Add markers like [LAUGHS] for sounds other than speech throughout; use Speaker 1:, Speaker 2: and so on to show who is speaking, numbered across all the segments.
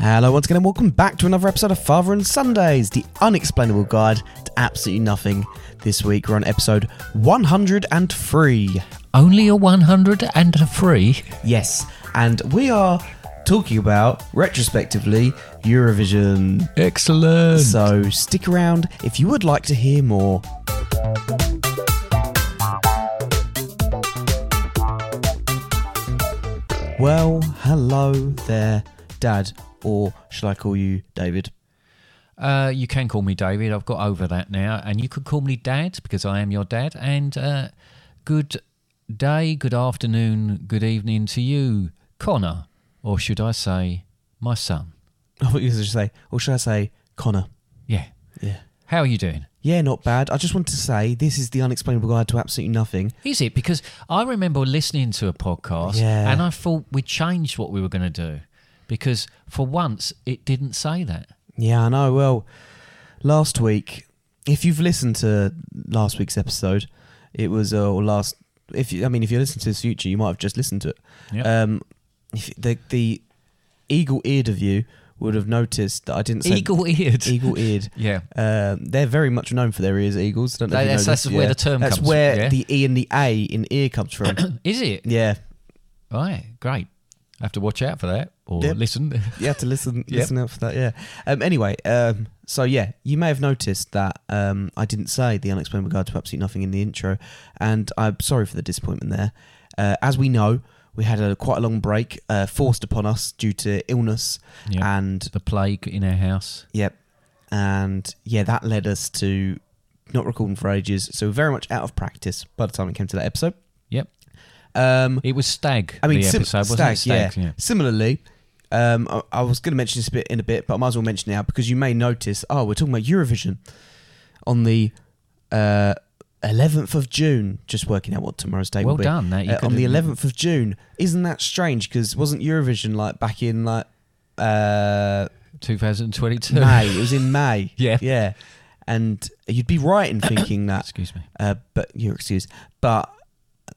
Speaker 1: Hello, once again, and welcome back to another episode of Father and Sundays, the unexplainable guide to absolutely nothing. This week, we're on episode 103.
Speaker 2: Only a 103?
Speaker 1: Yes, and we are talking about retrospectively Eurovision.
Speaker 2: Excellent.
Speaker 1: So stick around if you would like to hear more. Well, hello there, Dad, or shall I call you David?
Speaker 2: uh, you can call me David. I've got over that now. And you could call me Dad because I am your dad. And uh, good day, good afternoon, good evening to you, Connor. Or should I say, my son?
Speaker 1: [LAUGHS] I thought you were going to say, or should I say Connor?
Speaker 2: Yeah.
Speaker 1: Yeah.
Speaker 2: How are you doing?
Speaker 1: Yeah, not bad. I just wanted to say this is the unexplainable guide to absolutely nothing.
Speaker 2: Is it? Because I remember listening to a podcast
Speaker 1: Yeah.
Speaker 2: and I thought we changed what we were going to do because for once it didn't say that.
Speaker 1: Yeah, I know. Well, last week, if you've listened to last week's episode, it was uh, or last. If you, I mean, if you listen to this future, you might have just listened to it.
Speaker 2: Yep.
Speaker 1: Um, if the the eagle-eared of you would have noticed that I didn't say
Speaker 2: Eagle eared.
Speaker 1: Eagle-eared.
Speaker 2: [LAUGHS] Yeah.
Speaker 1: Um, they're very much known for their ears, eagles. Don't know if
Speaker 2: That-
Speaker 1: you know
Speaker 2: that's- that's
Speaker 1: this,
Speaker 2: where
Speaker 1: yeah.
Speaker 2: the term
Speaker 1: That's
Speaker 2: comes from,
Speaker 1: where
Speaker 2: yeah.
Speaker 1: the E and the A in ear comes
Speaker 2: [CLEARS THROAT]
Speaker 1: from.
Speaker 2: Is it?
Speaker 1: yeah,
Speaker 2: Right, great. I have to watch out for that or
Speaker 1: Yep.
Speaker 2: listen. [LAUGHS]
Speaker 1: you have to listen listen out for that. Yeah. Um, anyway, um, so yeah, you may have noticed that um, I didn't say the unexplainable guide to absolutely nothing in the intro, and I'm sorry for the disappointment there. Uh, as we know, we had a quite a long break uh, forced upon us due to illness,
Speaker 2: Yeah.
Speaker 1: and
Speaker 2: the plague in our house.
Speaker 1: yep, and yeah, that led us to not recording for ages. So we're very much out of practice by the time it came to that episode.
Speaker 2: Yep.
Speaker 1: Um,
Speaker 2: It was stag.
Speaker 1: I mean,
Speaker 2: the
Speaker 1: sim-
Speaker 2: episode wasn't
Speaker 1: stag,
Speaker 2: it? Stag,
Speaker 1: yeah.
Speaker 2: yeah.
Speaker 1: Similarly, um, I, I was going to mention this bit in a bit, but I might as well mention it now because you may notice. Oh, we're talking about Eurovision on the uh, eleventh of June. Just working out what tomorrow's date
Speaker 2: Well
Speaker 1: will be.
Speaker 2: done, that you
Speaker 1: Uh, on
Speaker 2: could've-
Speaker 1: the eleventh of June. Isn't that strange? Because wasn't Eurovision like back in like uh,
Speaker 2: [LAUGHS] 2022.
Speaker 1: May? It was in May.
Speaker 2: Yeah.
Speaker 1: yeah. And you'd be right in thinking
Speaker 2: [COUGHS]
Speaker 1: that
Speaker 2: [LAUGHS] Excuse me.
Speaker 1: uh, but you're excused. But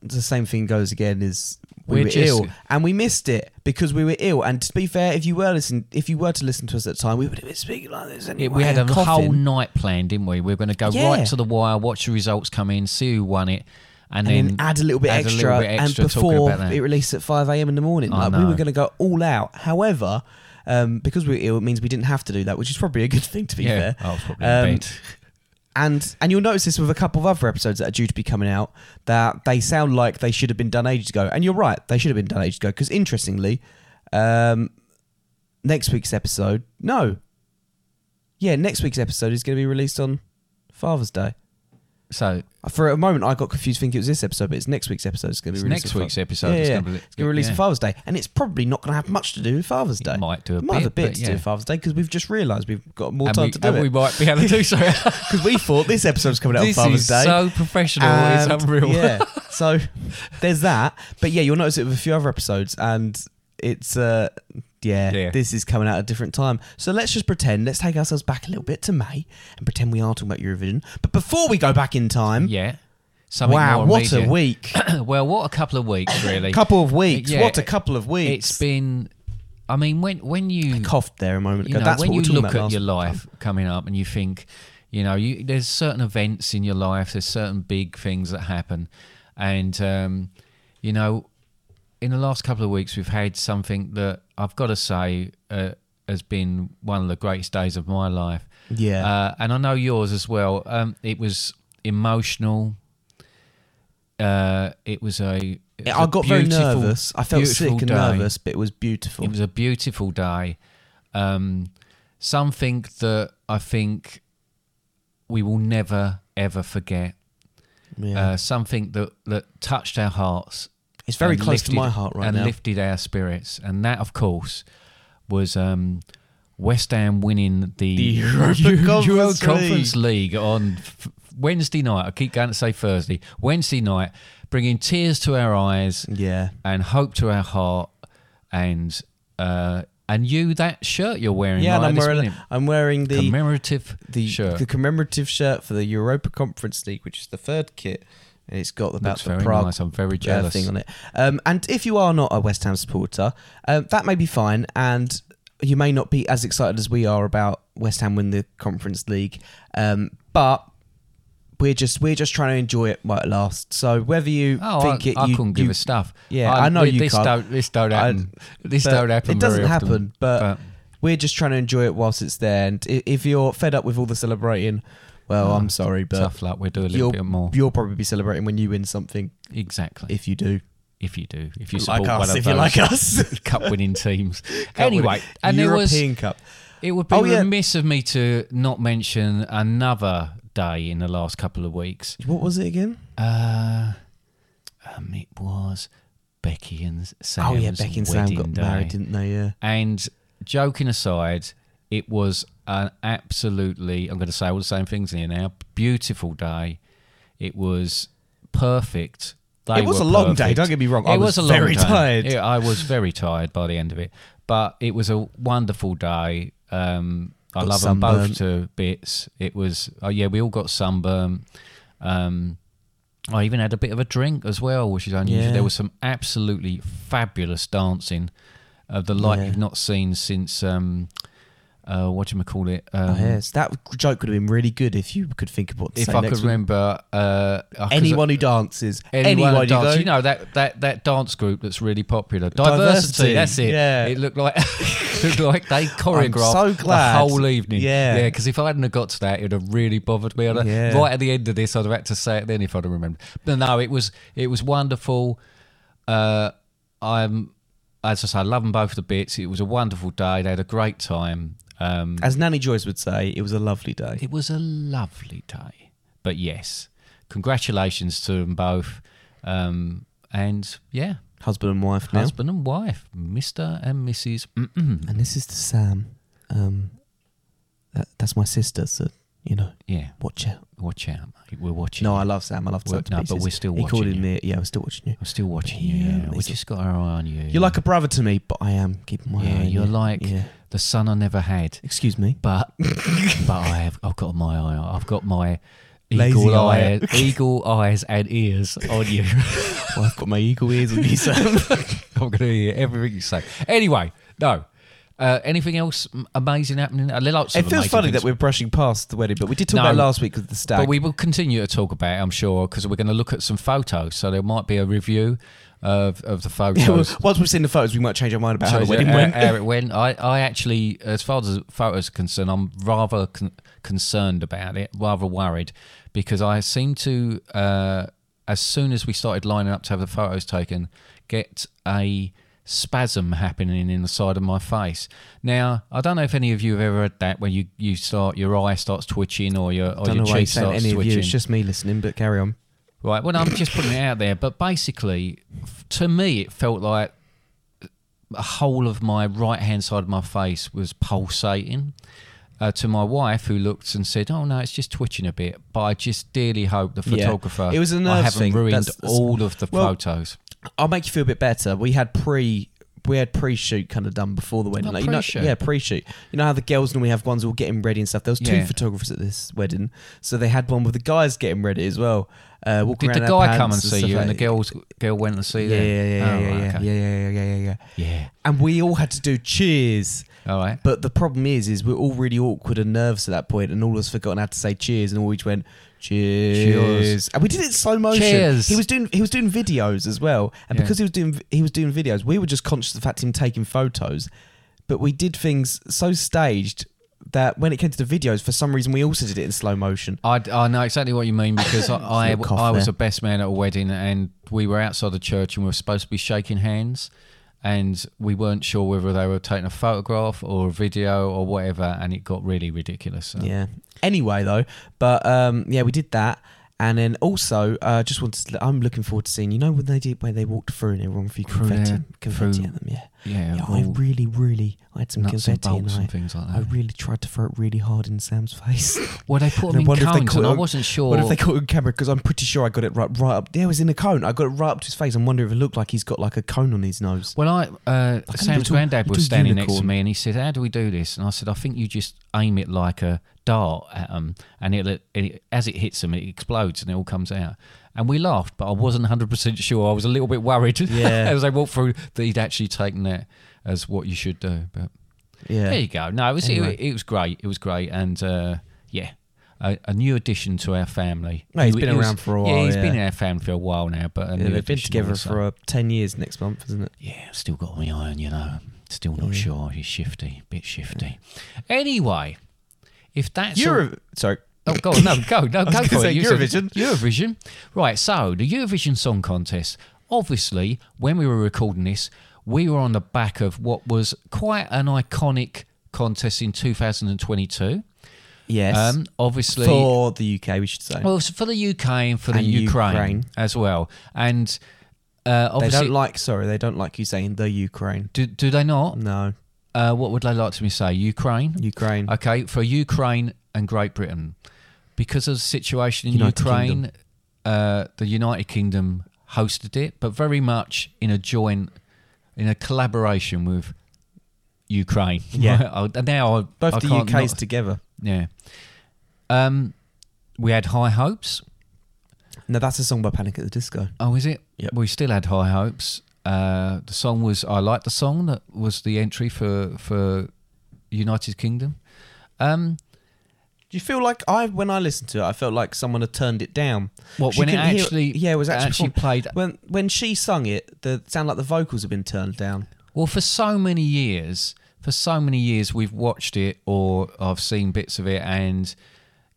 Speaker 1: the same thing goes again is we
Speaker 2: We're
Speaker 1: were
Speaker 2: just-
Speaker 1: ill and we missed it because we were ill. And to be fair, if you were listen, if you were to listen to us at the time, we would have been speaking like this anyway.
Speaker 2: Yeah, we had a
Speaker 1: and coughing.
Speaker 2: whole night planned, didn't we? We were going to go
Speaker 1: Yeah.
Speaker 2: right to the wire, watch the results come in, see who won it, and,
Speaker 1: and then add a little bit
Speaker 2: add a
Speaker 1: extra,
Speaker 2: little bit extra
Speaker 1: and
Speaker 2: talking
Speaker 1: before
Speaker 2: about that.
Speaker 1: it released at five a.m. in the morning,
Speaker 2: I
Speaker 1: like we were
Speaker 2: know.
Speaker 1: going to go all out. However. Um, because we were ill, it means we didn't have to do that, which is probably a good thing to be
Speaker 2: yeah.
Speaker 1: fair.
Speaker 2: I was probably
Speaker 1: Um,
Speaker 2: in bed.
Speaker 1: And and you'll notice this with a couple of other episodes that are due to be coming out that they sound like they should have been done ages ago. And you're right, they should have been done ages ago. Because interestingly, um, next week's episode, no, yeah, next week's episode is going to be released on Father's Day.
Speaker 2: So
Speaker 1: For a moment, I got confused thinking it was this episode, but it's next week's episode. It's going to be
Speaker 2: It's
Speaker 1: released
Speaker 2: next
Speaker 1: on Fa-
Speaker 2: week's episode,
Speaker 1: Yeah,
Speaker 2: it's
Speaker 1: yeah,
Speaker 2: gonna be-
Speaker 1: it's going to be released on
Speaker 2: yeah.
Speaker 1: Father's Day, and it's probably not going to have much to do with Father's Day.
Speaker 2: might do a
Speaker 1: might have a
Speaker 2: bit,
Speaker 1: bit
Speaker 2: but
Speaker 1: to
Speaker 2: yeah.
Speaker 1: do with Father's Day because we've just realised we've got more
Speaker 2: and
Speaker 1: time
Speaker 2: we,
Speaker 1: to do
Speaker 2: and
Speaker 1: it.
Speaker 2: we might be able
Speaker 1: [LAUGHS]
Speaker 2: to do so.
Speaker 1: Because we thought this episode's coming out
Speaker 2: this
Speaker 1: on Father's
Speaker 2: is
Speaker 1: Day.
Speaker 2: so professional.
Speaker 1: And,
Speaker 2: it's unreal.
Speaker 1: Yeah. So there's that. But yeah, you'll notice it with a few other episodes and it's uh yeah,
Speaker 2: Yeah.
Speaker 1: this is coming out at a different time. So let's just pretend, let's take ourselves back a little bit to May and pretend we are talking about Eurovision. But before we go back in time,
Speaker 2: [LAUGHS] yeah. Something
Speaker 1: wow,
Speaker 2: more
Speaker 1: what a
Speaker 2: immediate. [COUGHS]
Speaker 1: week.
Speaker 2: well, what a couple of
Speaker 1: [COUGHS]
Speaker 2: weeks, really.
Speaker 1: couple of weeks.
Speaker 2: Yeah.
Speaker 1: what a couple of weeks.
Speaker 2: It's been. I mean, when when you
Speaker 1: coughed there a moment
Speaker 2: you
Speaker 1: ago.
Speaker 2: know
Speaker 1: That's
Speaker 2: when
Speaker 1: what
Speaker 2: you
Speaker 1: we're talking
Speaker 2: look
Speaker 1: about last-
Speaker 2: at your life coming up and you think, you know, you there's certain events in your life. There's certain big things that happen, And, um, you know, in the last couple of weeks, we've had something that I've got to say uh, has been one of the greatest days of my life.
Speaker 1: Yeah.
Speaker 2: Uh, and I know yours as well. Um, it was emotional. Uh, it was a. it was
Speaker 1: I
Speaker 2: a
Speaker 1: got very
Speaker 2: beautiful-
Speaker 1: nervous. I felt sick
Speaker 2: beautiful
Speaker 1: and
Speaker 2: day.
Speaker 1: nervous, but it was beautiful.
Speaker 2: It was a beautiful day. Um, something that I think we will never ever forget.
Speaker 1: yeah.
Speaker 2: Uh, something that that touched our hearts.
Speaker 1: It's very
Speaker 2: and
Speaker 1: close to
Speaker 2: lifted-
Speaker 1: my heart right
Speaker 2: and
Speaker 1: now.
Speaker 2: lifted our spirits. And that, of course, was um, West Ham winning the, [LAUGHS]
Speaker 1: The Europa Conference
Speaker 2: Conference League on f- Wednesday night. I keep going to say Thursday. Wednesday night, bringing tears to our eyes
Speaker 1: yeah.
Speaker 2: and hope to our heart and uh and you that shirt you're wearing
Speaker 1: Yeah,
Speaker 2: right
Speaker 1: and I'm
Speaker 2: this
Speaker 1: wearing,
Speaker 2: minute.
Speaker 1: I'm wearing the
Speaker 2: commemorative
Speaker 1: the,
Speaker 2: shirt
Speaker 1: the commemorative shirt for the Europa Conference League, which is the third kit, and it's got about
Speaker 2: looks
Speaker 1: the
Speaker 2: very
Speaker 1: Prague
Speaker 2: nice i'm very
Speaker 1: uh,
Speaker 2: jealous
Speaker 1: thing on it. Um, and if you are not a West Ham supporter, um, that may be fine, and you may not be as excited as we are about West Ham win the Conference League, um, but. We're just we're just trying to enjoy it while it lasts. So whether you
Speaker 2: Oh,
Speaker 1: think
Speaker 2: I,
Speaker 1: it,
Speaker 2: I
Speaker 1: you,
Speaker 2: couldn't
Speaker 1: you,
Speaker 2: give a stuff.
Speaker 1: Yeah, I know you
Speaker 2: this
Speaker 1: can't.
Speaker 2: Don't, this don't happen. this
Speaker 1: but
Speaker 2: don't happen.
Speaker 1: It doesn't
Speaker 2: very often,
Speaker 1: happen, but, we're just trying to enjoy it whilst it's there. And i- if you're fed up with all the celebrating, well, I'm sorry, but
Speaker 2: Ah, tough luck. We'll do a little
Speaker 1: you'll,
Speaker 2: bit more.
Speaker 1: you'll probably be celebrating when you win something,
Speaker 2: Exactly. If,
Speaker 1: if you do.
Speaker 2: you do, if you
Speaker 1: Like
Speaker 2: support one
Speaker 1: us,
Speaker 2: of
Speaker 1: if you
Speaker 2: those
Speaker 1: like us.
Speaker 2: [LAUGHS]
Speaker 1: [LAUGHS]
Speaker 2: cup-winning teams. anyway, and there was
Speaker 1: European Cup.
Speaker 2: It would be
Speaker 1: Oh, yeah.
Speaker 2: remiss of me to not mention another day in the last couple of weeks.
Speaker 1: What was it again?
Speaker 2: Uh, um, it was Becky and Sam's
Speaker 1: oh yeah, Beck and Sam
Speaker 2: wedding
Speaker 1: got
Speaker 2: day. Um,
Speaker 1: married, didn't they? Yeah.
Speaker 2: And joking aside, it was an absolutely, I'm going to say all the same things here now, beautiful day. It was perfect. They
Speaker 1: It was
Speaker 2: were
Speaker 1: a long day,
Speaker 2: perfect.
Speaker 1: don't get me wrong.
Speaker 2: It
Speaker 1: I was
Speaker 2: was, a long
Speaker 1: very
Speaker 2: day.
Speaker 1: tired.
Speaker 2: Yeah, I was very tired by the end of it. But it was a wonderful day. Um, I
Speaker 1: Got
Speaker 2: love them
Speaker 1: sunburnt.
Speaker 2: both to bits. It was, oh yeah, we all got sunburn. Um, I even had a bit of a drink as well, which is unusual.
Speaker 1: Yeah.
Speaker 2: There was some absolutely fabulous dancing of the like
Speaker 1: Yeah.
Speaker 2: you've not seen since um, uh, what do you call it? Um,
Speaker 1: Oh, yes, that joke would have been really good if you could think about.
Speaker 2: If I could remember, uh, I- 'cause
Speaker 1: anyone who dances,
Speaker 2: anyone
Speaker 1: anyone,
Speaker 2: who
Speaker 1: you
Speaker 2: dance,
Speaker 1: go,
Speaker 2: you know that, that that dance group that's really popular, diversity.
Speaker 1: Diversity,
Speaker 2: That's it.
Speaker 1: yeah.
Speaker 2: It looked like [LAUGHS] it looked like they choreographed
Speaker 1: so glad.
Speaker 2: the whole evening.
Speaker 1: Yeah.
Speaker 2: yeah. Because if I hadn't have got to that, it'd have really bothered me. I'd have-
Speaker 1: Yeah.
Speaker 2: Right at the end of this, I'd have had to say it then if I'd have remembered. But no, it was it was wonderful. Uh, I'm as I say, I love them both to bits. It was a wonderful day. They had a great time. Um,
Speaker 1: as Nanny Joyce would say, it was a lovely day.
Speaker 2: it was a lovely day. But yes, congratulations to them both. Um, and yeah,
Speaker 1: Husband and wife now,
Speaker 2: husband and wife, Mr. and Mrs. Mm-mm.
Speaker 1: and this is to Sam. Um, that, that's my sister, so you know,
Speaker 2: Yeah,
Speaker 1: watch out.
Speaker 2: watch out, mate. We're watching.
Speaker 1: No,
Speaker 2: No,
Speaker 1: I love Sam. I love Sam.
Speaker 2: Well,
Speaker 1: to
Speaker 2: no, but
Speaker 1: pieces.
Speaker 2: we're still
Speaker 1: He called
Speaker 2: watching
Speaker 1: him the yeah, we're still watching you.
Speaker 2: I'm still watching you.
Speaker 1: Yeah,
Speaker 2: Yeah, we
Speaker 1: it's-
Speaker 2: just got our eye on you.
Speaker 1: You're like a brother to me, but I am keeping my eye.
Speaker 2: yeah,
Speaker 1: on
Speaker 2: you're
Speaker 1: you.
Speaker 2: like
Speaker 1: yeah.
Speaker 2: the son I never had.
Speaker 1: Excuse
Speaker 2: [LAUGHS]
Speaker 1: me. [LAUGHS]
Speaker 2: but but I have I've got my eye on- I've got my
Speaker 1: Lazy
Speaker 2: eagle
Speaker 1: eye.
Speaker 2: eye eagle eyes and ears
Speaker 1: [LAUGHS]
Speaker 2: on you.
Speaker 1: Well, I've got my eagle ears on you, [LAUGHS] Sam.
Speaker 2: [LAUGHS] I'm gonna hear everything you say. Anyway, no. Uh, anything else m- amazing happening? I like
Speaker 1: it feels funny that we're brushing past the wedding, but we did talk
Speaker 2: No.
Speaker 1: about it last week with the stag.
Speaker 2: But we will continue to talk about it, I'm sure, because we're going to look at some photos. So there might be a review of, of the
Speaker 1: [LAUGHS] [LAUGHS] Yeah, well,
Speaker 2: photos.
Speaker 1: once we've seen the photos, we might change our mind about how the
Speaker 2: Shows
Speaker 1: wedding
Speaker 2: how-
Speaker 1: went.
Speaker 2: how it went. Uh, I, I actually, as far as the photos are concerned, I'm rather con- concerned about it, rather worried, because I seem to, uh, as soon as we started lining up to have the photos taken, get a spasm happening in the side of my face. Now, I don't know if any of you have ever had that when you, you start your eye starts twitching or your or
Speaker 1: Don't
Speaker 2: your
Speaker 1: know why you
Speaker 2: cheek
Speaker 1: said
Speaker 2: starts
Speaker 1: any of
Speaker 2: twitching.
Speaker 1: you. It's just me listening, but carry on.
Speaker 2: Right. Well, I'm just putting it out there, but basically, f- to me, it felt like a whole of my right hand side of my face was pulsating. Uh, to my wife, who looked and said, "Oh no, it's just twitching a bit," but I just dearly hope the
Speaker 1: Yeah.
Speaker 2: photographer.
Speaker 1: It was a
Speaker 2: I
Speaker 1: nerves
Speaker 2: haven't
Speaker 1: thing.
Speaker 2: ruined
Speaker 1: That's- that's-
Speaker 2: all of the
Speaker 1: Well,
Speaker 2: photos.
Speaker 1: I'll make you feel a bit better. We had pre we had pre shoot kind of done before the wedding.
Speaker 2: Oh,
Speaker 1: Like, you know-
Speaker 2: pre-shoot.
Speaker 1: yeah, pre shoot. You know how the girls normally have ones all getting ready and stuff. There was two
Speaker 2: Yeah.
Speaker 1: photographers at this wedding, so they had one with the guys getting ready as well. Uh, walking around in
Speaker 2: Did the
Speaker 1: their
Speaker 2: guy come and
Speaker 1: pants
Speaker 2: see
Speaker 1: stuff
Speaker 2: you, and the
Speaker 1: like-
Speaker 2: girls girl went and see
Speaker 1: Yeah,
Speaker 2: them?
Speaker 1: yeah, yeah, yeah,
Speaker 2: Oh,
Speaker 1: yeah,
Speaker 2: right,
Speaker 1: yeah,
Speaker 2: okay.
Speaker 1: yeah, yeah, yeah, yeah, yeah.
Speaker 2: Yeah.
Speaker 1: And we all had to do cheers.
Speaker 2: All right.
Speaker 1: But the problem is, is we're all really awkward and nervous at that point, and all of us forgotten how to say cheers, and all we just went Cheers. And we did it in slow motion.
Speaker 2: Cheers.
Speaker 1: He was doing he was doing videos as well, and
Speaker 2: Yeah.
Speaker 1: because he was doing he was doing videos, we were just conscious of the fact him taking photos, but we did things so staged that when it came to the videos, for some reason, we also did it in slow motion.
Speaker 2: I, I know exactly what you mean
Speaker 1: [LAUGHS]
Speaker 2: because I I,
Speaker 1: Little cough
Speaker 2: I was
Speaker 1: there.
Speaker 2: the best man at a wedding and we were outside the church and we were supposed to be shaking hands and we weren't sure whether they were taking a photograph or a video or whatever and it got really ridiculous. So.
Speaker 1: Yeah. Anyway, though, but um, yeah, we did that, and then also uh, just wanted. To, I'm looking forward to seeing you know when they did when they walked through and everyone threw
Speaker 2: Through
Speaker 1: confetti,
Speaker 2: there,
Speaker 1: confetti
Speaker 2: through
Speaker 1: at them. Yeah.
Speaker 2: yeah,
Speaker 1: Yeah,
Speaker 2: of
Speaker 1: I
Speaker 2: all
Speaker 1: really, really, I had some
Speaker 2: nuts and
Speaker 1: confetti and,
Speaker 2: bolts and
Speaker 1: I,
Speaker 2: things like
Speaker 1: I
Speaker 2: that.
Speaker 1: really tried to throw it really hard in Sam's face. [LAUGHS]
Speaker 2: well, they put
Speaker 1: And I
Speaker 2: them in
Speaker 1: wonder if they
Speaker 2: cones
Speaker 1: caught
Speaker 2: and I
Speaker 1: it on-
Speaker 2: wasn't sure.
Speaker 1: What if they caught it on camera? Because I'm pretty sure I got it right, right up. Yeah, it was in a cone. I got it right up to his face. I'm wondering if it looked like he's got like a cone on his nose.
Speaker 2: Well, I uh,
Speaker 1: Like a
Speaker 2: Sam's
Speaker 1: little-
Speaker 2: granddad
Speaker 1: little
Speaker 2: was standing next to
Speaker 1: unicorn.
Speaker 2: me, and he said, "How do we do this?" And I said, "I think you just aim it like a dart at them, and it, it as it hits them, it explodes, and it all comes out." And we laughed, but I wasn't hundred percent sure. I was a little bit worried [LAUGHS]
Speaker 1: Yeah.
Speaker 2: as they walked through that he'd actually taken that as what you should do. But
Speaker 1: Yeah.
Speaker 2: there you go. No, it was
Speaker 1: Anyway.
Speaker 2: it, it was great. It was great, and uh, yeah. A, a new addition to our family.
Speaker 1: No, he's
Speaker 2: He-
Speaker 1: been
Speaker 2: he was-
Speaker 1: around for a
Speaker 2: Yeah,
Speaker 1: while,
Speaker 2: he's been
Speaker 1: yeah.
Speaker 2: in our family for a while now, but a
Speaker 1: Yeah,
Speaker 2: new
Speaker 1: they've been
Speaker 2: addition
Speaker 1: together
Speaker 2: also.
Speaker 1: for uh, ten years next month, isn't it?
Speaker 2: Yeah, still got my iron, you know. Still not
Speaker 1: Yeah.
Speaker 2: sure. He's shifty, bit shifty. Anyway, if that's all-
Speaker 1: Euro. Sorry.
Speaker 2: oh, go on, no,
Speaker 1: [LAUGHS]
Speaker 2: go, no,
Speaker 1: was
Speaker 2: go
Speaker 1: gonna
Speaker 2: for
Speaker 1: say
Speaker 2: it. You said-
Speaker 1: Eurovision.
Speaker 2: Eurovision. Right. So the Eurovision Song Contest. Obviously, when we were recording this, we were on the back of what was quite an iconic contest in 2022.
Speaker 1: Yes.
Speaker 2: Um, obviously,
Speaker 1: for the UK, we should say.
Speaker 2: well, it's for the UK and for the
Speaker 1: And
Speaker 2: Ukraine,
Speaker 1: Ukraine.
Speaker 2: as well, and uh,
Speaker 1: they
Speaker 2: obviously,
Speaker 1: don't like. Sorry, they don't like you saying the Ukraine.
Speaker 2: do, do they not?
Speaker 1: No,
Speaker 2: Uh, what would they like to me say? Ukraine?
Speaker 1: Ukraine.
Speaker 2: Okay, for Ukraine and Great Britain, because of the situation in
Speaker 1: United
Speaker 2: Ukraine, uh, the United Kingdom hosted it, but very much in a joint, in a collaboration with Ukraine.
Speaker 1: Yeah.
Speaker 2: [LAUGHS] I- now I,
Speaker 1: Both
Speaker 2: I
Speaker 1: the
Speaker 2: can't
Speaker 1: UKs
Speaker 2: not-
Speaker 1: together.
Speaker 2: yeah. Um, we had high hopes.
Speaker 1: No, that's a song by Panic at the Disco.
Speaker 2: Oh, is it?
Speaker 1: Yep.
Speaker 2: We still had high hopes. Uh, the song was I like the song that was the entry for for United Kingdom. Um,
Speaker 1: Do you feel like I when I listened to it, I felt like someone had turned it down.
Speaker 2: What
Speaker 1: She
Speaker 2: when it
Speaker 1: couldn't hear-
Speaker 2: actually
Speaker 1: yeah, it was actually,
Speaker 2: actually
Speaker 1: performed.
Speaker 2: played?
Speaker 1: when when she sung it, the sound like the vocals had been turned down.
Speaker 2: Well, for so many years, for so many years, we've watched it or I've seen bits of it, and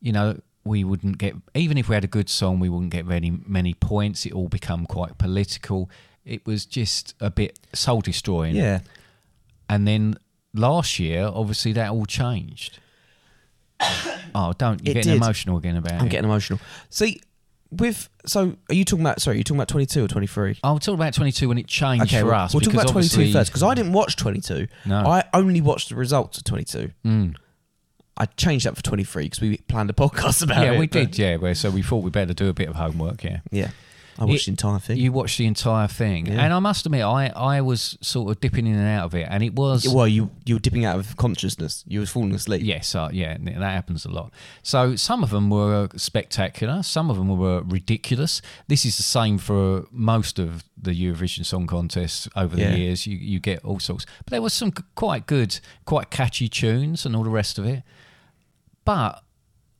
Speaker 2: you know we wouldn't get even if we had a good song, we wouldn't get very many points. It all become quite political. It was just a bit soul destroying.
Speaker 1: Yeah,
Speaker 2: And then last year, obviously, that all changed. [COUGHS] oh, don't you're
Speaker 1: It
Speaker 2: getting
Speaker 1: did.
Speaker 2: emotional again about
Speaker 1: I'm
Speaker 2: it.
Speaker 1: getting emotional. See, with so are you talking about? Sorry, are you talking about 22 or 23?
Speaker 2: I'll talk about 22 when it changed
Speaker 1: Okay,
Speaker 2: for
Speaker 1: we'll,
Speaker 2: us.
Speaker 1: we'll talk
Speaker 2: because
Speaker 1: about 22
Speaker 2: obviously-
Speaker 1: first because I didn't watch 22.
Speaker 2: No. Mm.
Speaker 1: I only watched the results of 22. I changed that for 23 because we planned a podcast [LAUGHS] about it.
Speaker 2: Yeah, we
Speaker 1: but-
Speaker 2: did. Yeah, well, so we thought we better do a bit of homework. Yeah.
Speaker 1: Yeah, I watched
Speaker 2: It-
Speaker 1: the entire thing.
Speaker 2: You watched the entire thing,
Speaker 1: Yeah.
Speaker 2: and I must admit, I, I was sort of dipping in and out of it, and it was
Speaker 1: well, you you were dipping out of consciousness. You were falling asleep.
Speaker 2: yes, uh, yeah, and that happens a lot. So some of them were spectacular, some of them were ridiculous. This is the same for most of the Eurovision Song Contest over
Speaker 1: Yeah.
Speaker 2: the years. You you get all sorts, but there was some c- quite good, quite catchy tunes and all the rest of it. But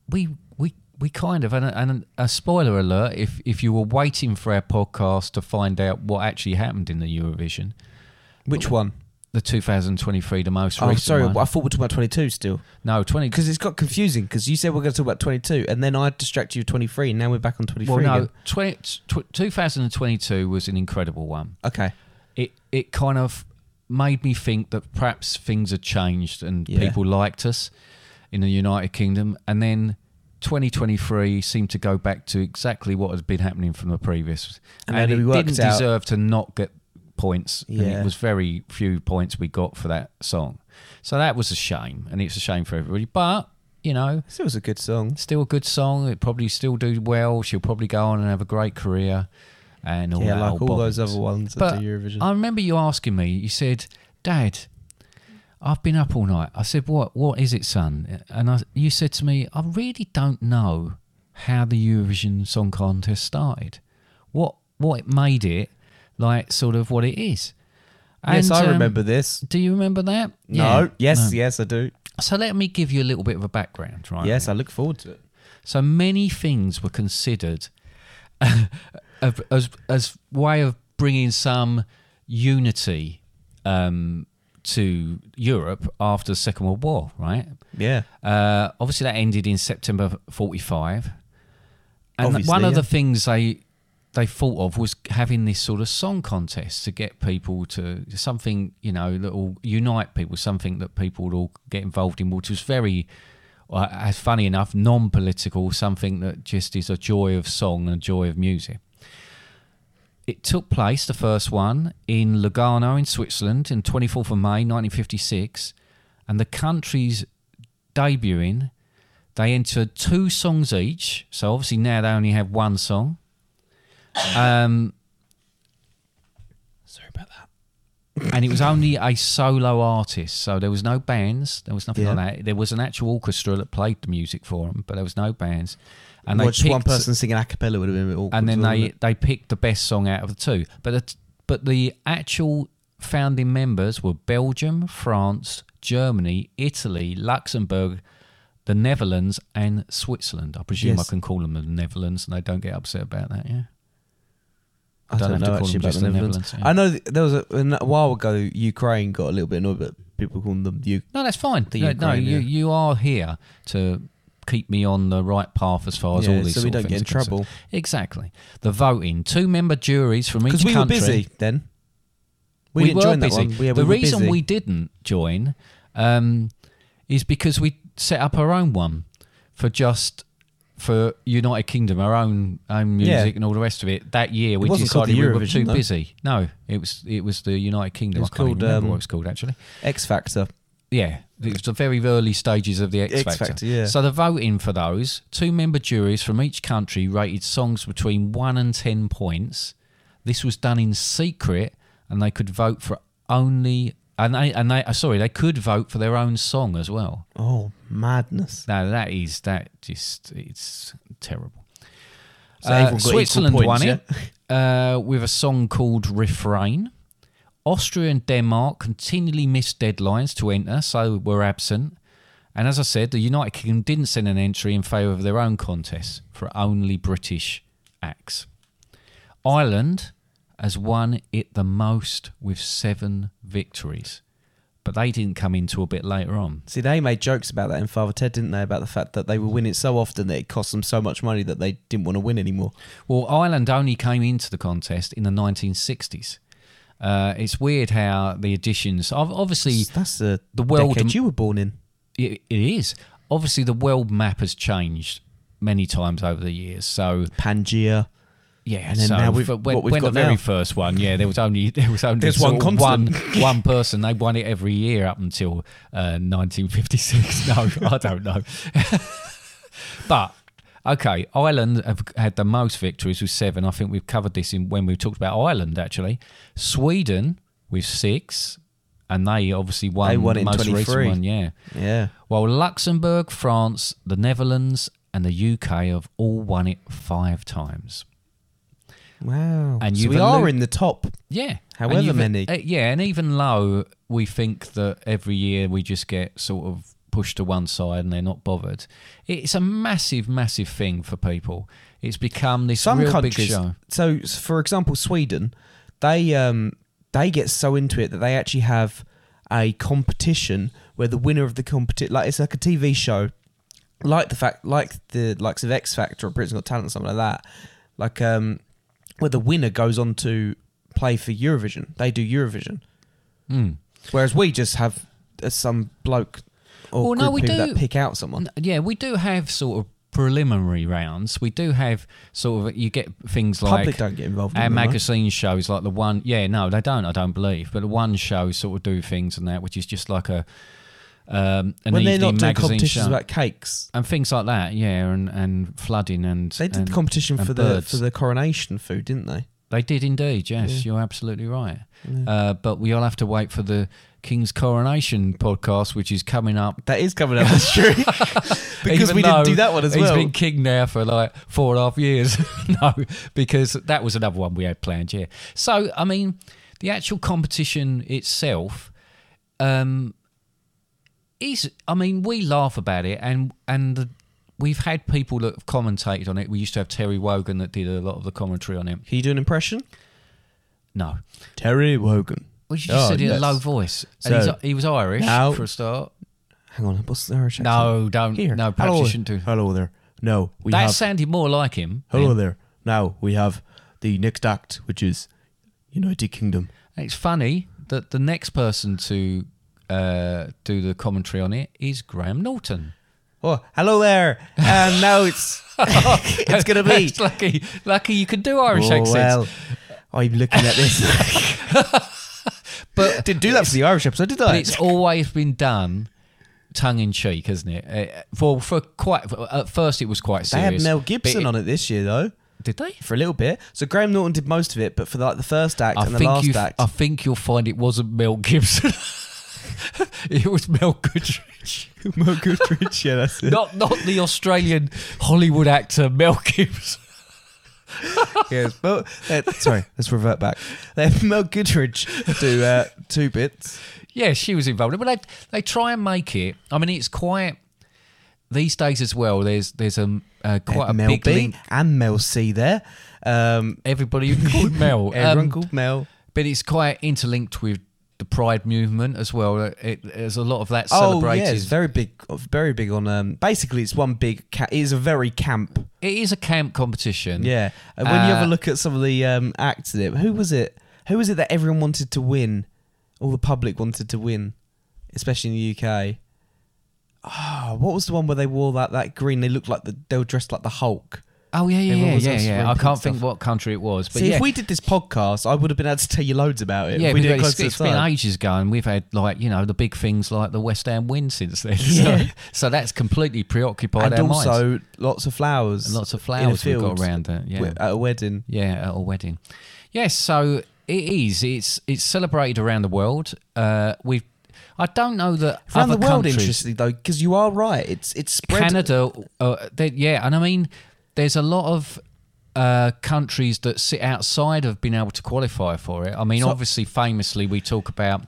Speaker 2: we we we kind of and, and a spoiler alert if if you were waiting for our podcast to find out what actually happened in the Eurovision,
Speaker 1: Which one?
Speaker 2: the 2023, the most
Speaker 1: Oh,
Speaker 2: recent
Speaker 1: sorry,
Speaker 2: one.
Speaker 1: I thought we were talking about 22 still.
Speaker 2: no, 20
Speaker 1: Because it's got confusing because you said we're going to talk about 22 and then I distracted you with 23 and now we're back on 23
Speaker 2: Well, no,
Speaker 1: again.
Speaker 2: 20, tw- 2022 was an incredible one.
Speaker 1: Okay.
Speaker 2: It it kind of made me think that perhaps things had changed and
Speaker 1: Yeah.
Speaker 2: people liked us in the United Kingdom, and then 2023 seemed to go back to exactly what had been happening from the previous,
Speaker 1: And then
Speaker 2: it
Speaker 1: we worked
Speaker 2: didn't
Speaker 1: out-
Speaker 2: deserve to not get points. And
Speaker 1: Yeah.
Speaker 2: it was very few points we got for that song, so that was a shame, and it's a shame for everybody. But you know,
Speaker 1: This was a good song.
Speaker 2: still a good song. It probably still do well. She'll probably go on and have a great career, and all
Speaker 1: yeah,
Speaker 2: that
Speaker 1: like
Speaker 2: old
Speaker 1: all those
Speaker 2: bobbins.
Speaker 1: other ones
Speaker 2: Oh, But
Speaker 1: that do Eurovision.
Speaker 2: I remember you asking me. You said, "Dad, I've been up all night." I said, "What? What is it, son?" And I, you said to me, "I really don't know how the Eurovision Song Contest started. What what it made it like? Sort of what it is."
Speaker 1: yes,
Speaker 2: And,
Speaker 1: I
Speaker 2: um,
Speaker 1: remember this.
Speaker 2: Do you remember that?
Speaker 1: No.
Speaker 2: Yeah.
Speaker 1: Yes,
Speaker 2: No.
Speaker 1: yes, I do.
Speaker 2: So let me give you a little bit of a background, right?
Speaker 1: Yes, I look forward to it.
Speaker 2: So many things were considered [LAUGHS] of- as as way of bringing some unity um, to Europe after the Second World War, right?
Speaker 1: Yeah.
Speaker 2: Uh, obviously, that ended in September '45, and
Speaker 1: Obviously,
Speaker 2: one of
Speaker 1: yeah.
Speaker 2: the things they they thought of was having this sort of song contest to get people to something you know that will unite people, something that people would all get involved in, which was very, uh, as funny enough, non-political, something that just is a joy of song and a joy of music. It took place, the first one, in Lugano in Switzerland in 24th of May 1956. And the countries debuting, they entered two songs each. So obviously now they only have one song. Um,
Speaker 1: Sorry about that.
Speaker 2: and it was only a solo artist. So there was no bands. There was nothing
Speaker 1: Yeah.
Speaker 2: like that. There was an actual orchestra that played the music for them, but there was no bands. And
Speaker 1: well,
Speaker 2: they
Speaker 1: just one
Speaker 2: picked-
Speaker 1: person singing a cappella would have been a bit awkward.
Speaker 2: and then
Speaker 1: wouldn't
Speaker 2: they
Speaker 1: it?
Speaker 2: they picked the best song out of the two. But the, but the actual founding members were Belgium, France, Germany, Italy, Luxembourg, the Netherlands, and Switzerland. I presume
Speaker 1: Yes.
Speaker 2: I can call them the Netherlands, and they don't get upset about that. Yeah,
Speaker 1: I
Speaker 2: don't
Speaker 1: don't,
Speaker 2: have to
Speaker 1: know
Speaker 2: call
Speaker 1: actually
Speaker 2: them
Speaker 1: about
Speaker 2: just
Speaker 1: the
Speaker 2: the
Speaker 1: Netherlands.
Speaker 2: Netherlands, yeah.
Speaker 1: I know th- there was a, an- a while ago Ukraine got a little bit annoyed, but people calling them the U-
Speaker 2: no, that's fine.
Speaker 1: The
Speaker 2: no, no,
Speaker 1: Ukraine,
Speaker 2: you
Speaker 1: yeah.
Speaker 2: you are here to keep me on the right path as far as
Speaker 1: Yeah,
Speaker 2: all these
Speaker 1: so we
Speaker 2: sort
Speaker 1: don't
Speaker 2: of
Speaker 1: get
Speaker 2: things
Speaker 1: in
Speaker 2: are concerned.
Speaker 1: trouble.
Speaker 2: Exactly. The voting, two member juries from each
Speaker 1: because
Speaker 2: country.
Speaker 1: we were busy then. We, didn't join that one. Yeah, we
Speaker 2: the
Speaker 1: were
Speaker 2: reason
Speaker 1: busy.
Speaker 2: we didn't join um, is because we set up our own one for just for United Kingdom, our own own
Speaker 1: Yeah.
Speaker 2: music and all the rest of it. That year we
Speaker 1: wasn't called
Speaker 2: decided we
Speaker 1: the
Speaker 2: were
Speaker 1: Eurovision,
Speaker 2: too
Speaker 1: though.
Speaker 2: busy. No, it was it was the United Kingdom.
Speaker 1: It was
Speaker 2: I can't even
Speaker 1: called,
Speaker 2: remember
Speaker 1: um,
Speaker 2: what it was called actually.
Speaker 1: X Factor.
Speaker 2: Yeah, it was the very early stages of the X,
Speaker 1: X
Speaker 2: Factor.
Speaker 1: Factor, yeah.
Speaker 2: So the voting for those two member juries from each country rated songs between one and ten points. This was done in secret, and they could vote for only and they and they uh, sorry they could vote for their own song as well.
Speaker 1: Oh madness!
Speaker 2: Now that is that just it's terrible.
Speaker 1: So
Speaker 2: Uh,
Speaker 1: everyone got equal
Speaker 2: Switzerland
Speaker 1: points,
Speaker 2: won
Speaker 1: yeah?
Speaker 2: it [LAUGHS] uh, with a song called Refrain. Austria and Denmark continually missed deadlines to enter, so were absent. And as I said, the United Kingdom didn't send an entry in favour of their own contest for only British acts. Ireland has won it the most with seven victories, but they didn't come in till a bit later on.
Speaker 1: See, they made jokes about that in Father Ted, didn't they? About the fact that they were winning so often that it cost them so much money that they didn't want to win anymore.
Speaker 2: Well, Ireland only came into the contest in the 1960s. Uh, it's weird how the additions. ob- Obviously,
Speaker 1: That's the
Speaker 2: the world-
Speaker 1: decade you were born in.
Speaker 2: it, it is. Obviously, the world map has changed many times over the years. So
Speaker 1: Pangea.
Speaker 2: yeah,
Speaker 1: And then
Speaker 2: so
Speaker 1: now we've-
Speaker 2: for- when,
Speaker 1: what we've
Speaker 2: when the
Speaker 1: got
Speaker 2: very
Speaker 1: now.
Speaker 2: first one, yeah, there was only [LAUGHS] there was only
Speaker 1: There's
Speaker 2: sort
Speaker 1: one
Speaker 2: of
Speaker 1: continent. [LAUGHS]
Speaker 2: one one person. They won it every year up until uh, 1956. [LAUGHS] No, I don't know. But okay, Ireland have had the most victories with seven. I think we've covered this in when we talked about Ireland actually. Sweden with six, and they obviously won.
Speaker 1: They won it in
Speaker 2: most recent
Speaker 1: 23.
Speaker 2: one, yeah.
Speaker 1: Yeah.
Speaker 2: While Luxembourg, France, the Netherlands, and the UK have all won it five times.
Speaker 1: Wow.
Speaker 2: And
Speaker 1: And so
Speaker 2: you've
Speaker 1: we are
Speaker 2: allu-
Speaker 1: in the top.
Speaker 2: Yeah.
Speaker 1: However
Speaker 2: And you've-
Speaker 1: many.
Speaker 2: uh, yeah, and even though we think that every year we just get sort of pushed to one side and they're not bothered, it's a massive, massive thing for people. It's become this
Speaker 1: Some
Speaker 2: real big
Speaker 1: countries.
Speaker 2: show.
Speaker 1: So, s- for example, Sweden, they um they get so into it that they actually have a competition where the winner of the competition, like it's like a TV show, like the fact, like the likes of X Factor or Britain's Got Talent, something like that, like um where the winner goes on to play for Eurovision. They do Eurovision,
Speaker 2: Mm.
Speaker 1: whereas we just have uh, some bloke or
Speaker 2: Well,
Speaker 1: group
Speaker 2: no, we
Speaker 1: people
Speaker 2: do-
Speaker 1: that pick out someone.
Speaker 2: N- Yeah, we do have sort of preliminary rounds. We do have sort of, you get things like.
Speaker 1: Public don't get involved. in
Speaker 2: Our
Speaker 1: them, right?
Speaker 2: magazine shows like the one, yeah, no, they don't. I don't believe, but the one show sort of do things and that, which is just like a um, an
Speaker 1: when they're
Speaker 2: evening
Speaker 1: not doing
Speaker 2: magazine
Speaker 1: competitions
Speaker 2: show.
Speaker 1: about cakes.
Speaker 2: and things like that, yeah, and, and flooding and
Speaker 1: They did
Speaker 2: and
Speaker 1: the competition
Speaker 2: and
Speaker 1: for
Speaker 2: birds.
Speaker 1: the for the coronation food, didn't they?
Speaker 2: They did indeed, yes, you're absolutely right. Uh, but we all have to wait for the King's Coronation podcast, which is coming up.
Speaker 1: That is coming
Speaker 2: [LAUGHS]
Speaker 1: up, that's true. because
Speaker 2: Even
Speaker 1: we didn't
Speaker 2: though
Speaker 1: do that one as well.
Speaker 2: He's been king now for like four and a half years. [LAUGHS] no, because that was another one we had planned, yeah. So, I mean, the actual competition itself um, is, I mean, we laugh about it and, and the we've had people that have commentated on it. We used to have Terry Wogan that did a lot of the commentary on it.
Speaker 1: Can you do an impression?
Speaker 2: No,
Speaker 1: Terry Wogan.
Speaker 2: well, you just said it in a low voice. And
Speaker 1: Oh, So-
Speaker 2: he's, he was Irish
Speaker 1: No.
Speaker 2: for a start.
Speaker 1: Hang on, what's the Irish
Speaker 2: No,
Speaker 1: accent?
Speaker 2: don't.
Speaker 1: Here.
Speaker 2: No, perhaps
Speaker 1: hello,
Speaker 2: you shouldn't do.
Speaker 1: Hello there. No, we
Speaker 2: that
Speaker 1: have.
Speaker 2: sounded more like him.
Speaker 1: hello there. Now we have the next act, which is United Kingdom.
Speaker 2: It's funny that the next person to uh, do the commentary on it is Graham Norton.
Speaker 1: Oh, hello there. And now
Speaker 2: [LAUGHS]
Speaker 1: it's [LAUGHS] it's gonna be.
Speaker 2: It's lucky, lucky you can do Irish
Speaker 1: oh,
Speaker 2: accents.
Speaker 1: well, I'm looking at
Speaker 2: [LAUGHS]
Speaker 1: this.
Speaker 2: But
Speaker 1: Didn't do that for the Irish episode, did
Speaker 2: But
Speaker 1: I?
Speaker 2: it's always been done tongue in cheek, hasn't it? Uh, for for quite at first it was quite
Speaker 1: They
Speaker 2: serious.
Speaker 1: had Mel
Speaker 2: but
Speaker 1: Gibson
Speaker 2: it-
Speaker 1: on it this year though,
Speaker 2: Did they?
Speaker 1: for a little bit. So Graham Norton did most of it, but for like the first act
Speaker 2: I
Speaker 1: and the
Speaker 2: think
Speaker 1: last
Speaker 2: you.
Speaker 1: act.
Speaker 2: I think you'll find it wasn't Mel Gibson. [LAUGHS] it was Mel Goodrich,
Speaker 1: [LAUGHS]
Speaker 2: [LAUGHS]
Speaker 1: Mel Goodrich, yeah, that's it.
Speaker 2: not not the Australian Hollywood actor Mel Gibson.
Speaker 1: yes, but uh, sorry, let's revert back. They have Mel Goodrich do uh, two bits.
Speaker 2: Yeah, she was involved. But they they try and make it. I mean, it's quite these days as well. There's there's a, uh quite
Speaker 1: Uh,
Speaker 2: a
Speaker 1: Mel
Speaker 2: big
Speaker 1: B
Speaker 2: link.
Speaker 1: and Mel C there. Um, [LAUGHS]
Speaker 2: Everybody called Mel.
Speaker 1: everyone
Speaker 2: Um,
Speaker 1: called Mel.
Speaker 2: but it's quite interlinked with the pride movement as well. Uh, It, there's a lot of that
Speaker 1: Oh yeah, it's
Speaker 2: celebrated.
Speaker 1: very big, very big on. Um, basically, it's one big. Ca- it is a very camp.
Speaker 2: it is a camp competition.
Speaker 1: Yeah, and when you have
Speaker 2: Uh,
Speaker 1: a look at some of the um, acts in it, who was it? Who was it that everyone wanted to win? All the public wanted to win, especially in the UK. Oh, what was the one where they wore that that green? They looked like the, they were dressed like the Hulk.
Speaker 2: Oh yeah, yeah,
Speaker 1: Everyone
Speaker 2: yeah,
Speaker 1: was
Speaker 2: yeah.
Speaker 1: else
Speaker 2: yeah.
Speaker 1: wearing
Speaker 2: I
Speaker 1: pink
Speaker 2: can't
Speaker 1: stuff.
Speaker 2: think what country it was, but
Speaker 1: See,
Speaker 2: yeah,
Speaker 1: if we did this podcast, I would have been able to tell you loads about it.
Speaker 2: yeah,
Speaker 1: if we did
Speaker 2: because
Speaker 1: it
Speaker 2: it's,
Speaker 1: close to
Speaker 2: it's
Speaker 1: the
Speaker 2: been
Speaker 1: time.
Speaker 2: ages ago, and we've had like you know the big things like the West Ham win since then. [LAUGHS] So,
Speaker 1: Yeah.
Speaker 2: so that's completely preoccupied
Speaker 1: and
Speaker 2: our minds.
Speaker 1: also "Oh, lots of flowers,
Speaker 2: And lots of
Speaker 1: in a
Speaker 2: flowers we've
Speaker 1: field
Speaker 2: got around that. Yeah,
Speaker 1: wi- at a wedding.
Speaker 2: Yeah, at a wedding. Yes, so it is. It's it's celebrated around the world. Uh, we, I don't know that
Speaker 1: Around
Speaker 2: other
Speaker 1: the world,
Speaker 2: countries,
Speaker 1: interestingly though, because you are right. It's it's spread.
Speaker 2: Canada, uh, they, yeah, and I mean, there's a lot of uh, countries that sit outside of being able to qualify for it. I mean,
Speaker 1: So-
Speaker 2: obviously, famously, we talk
Speaker 1: [COUGHS]
Speaker 2: about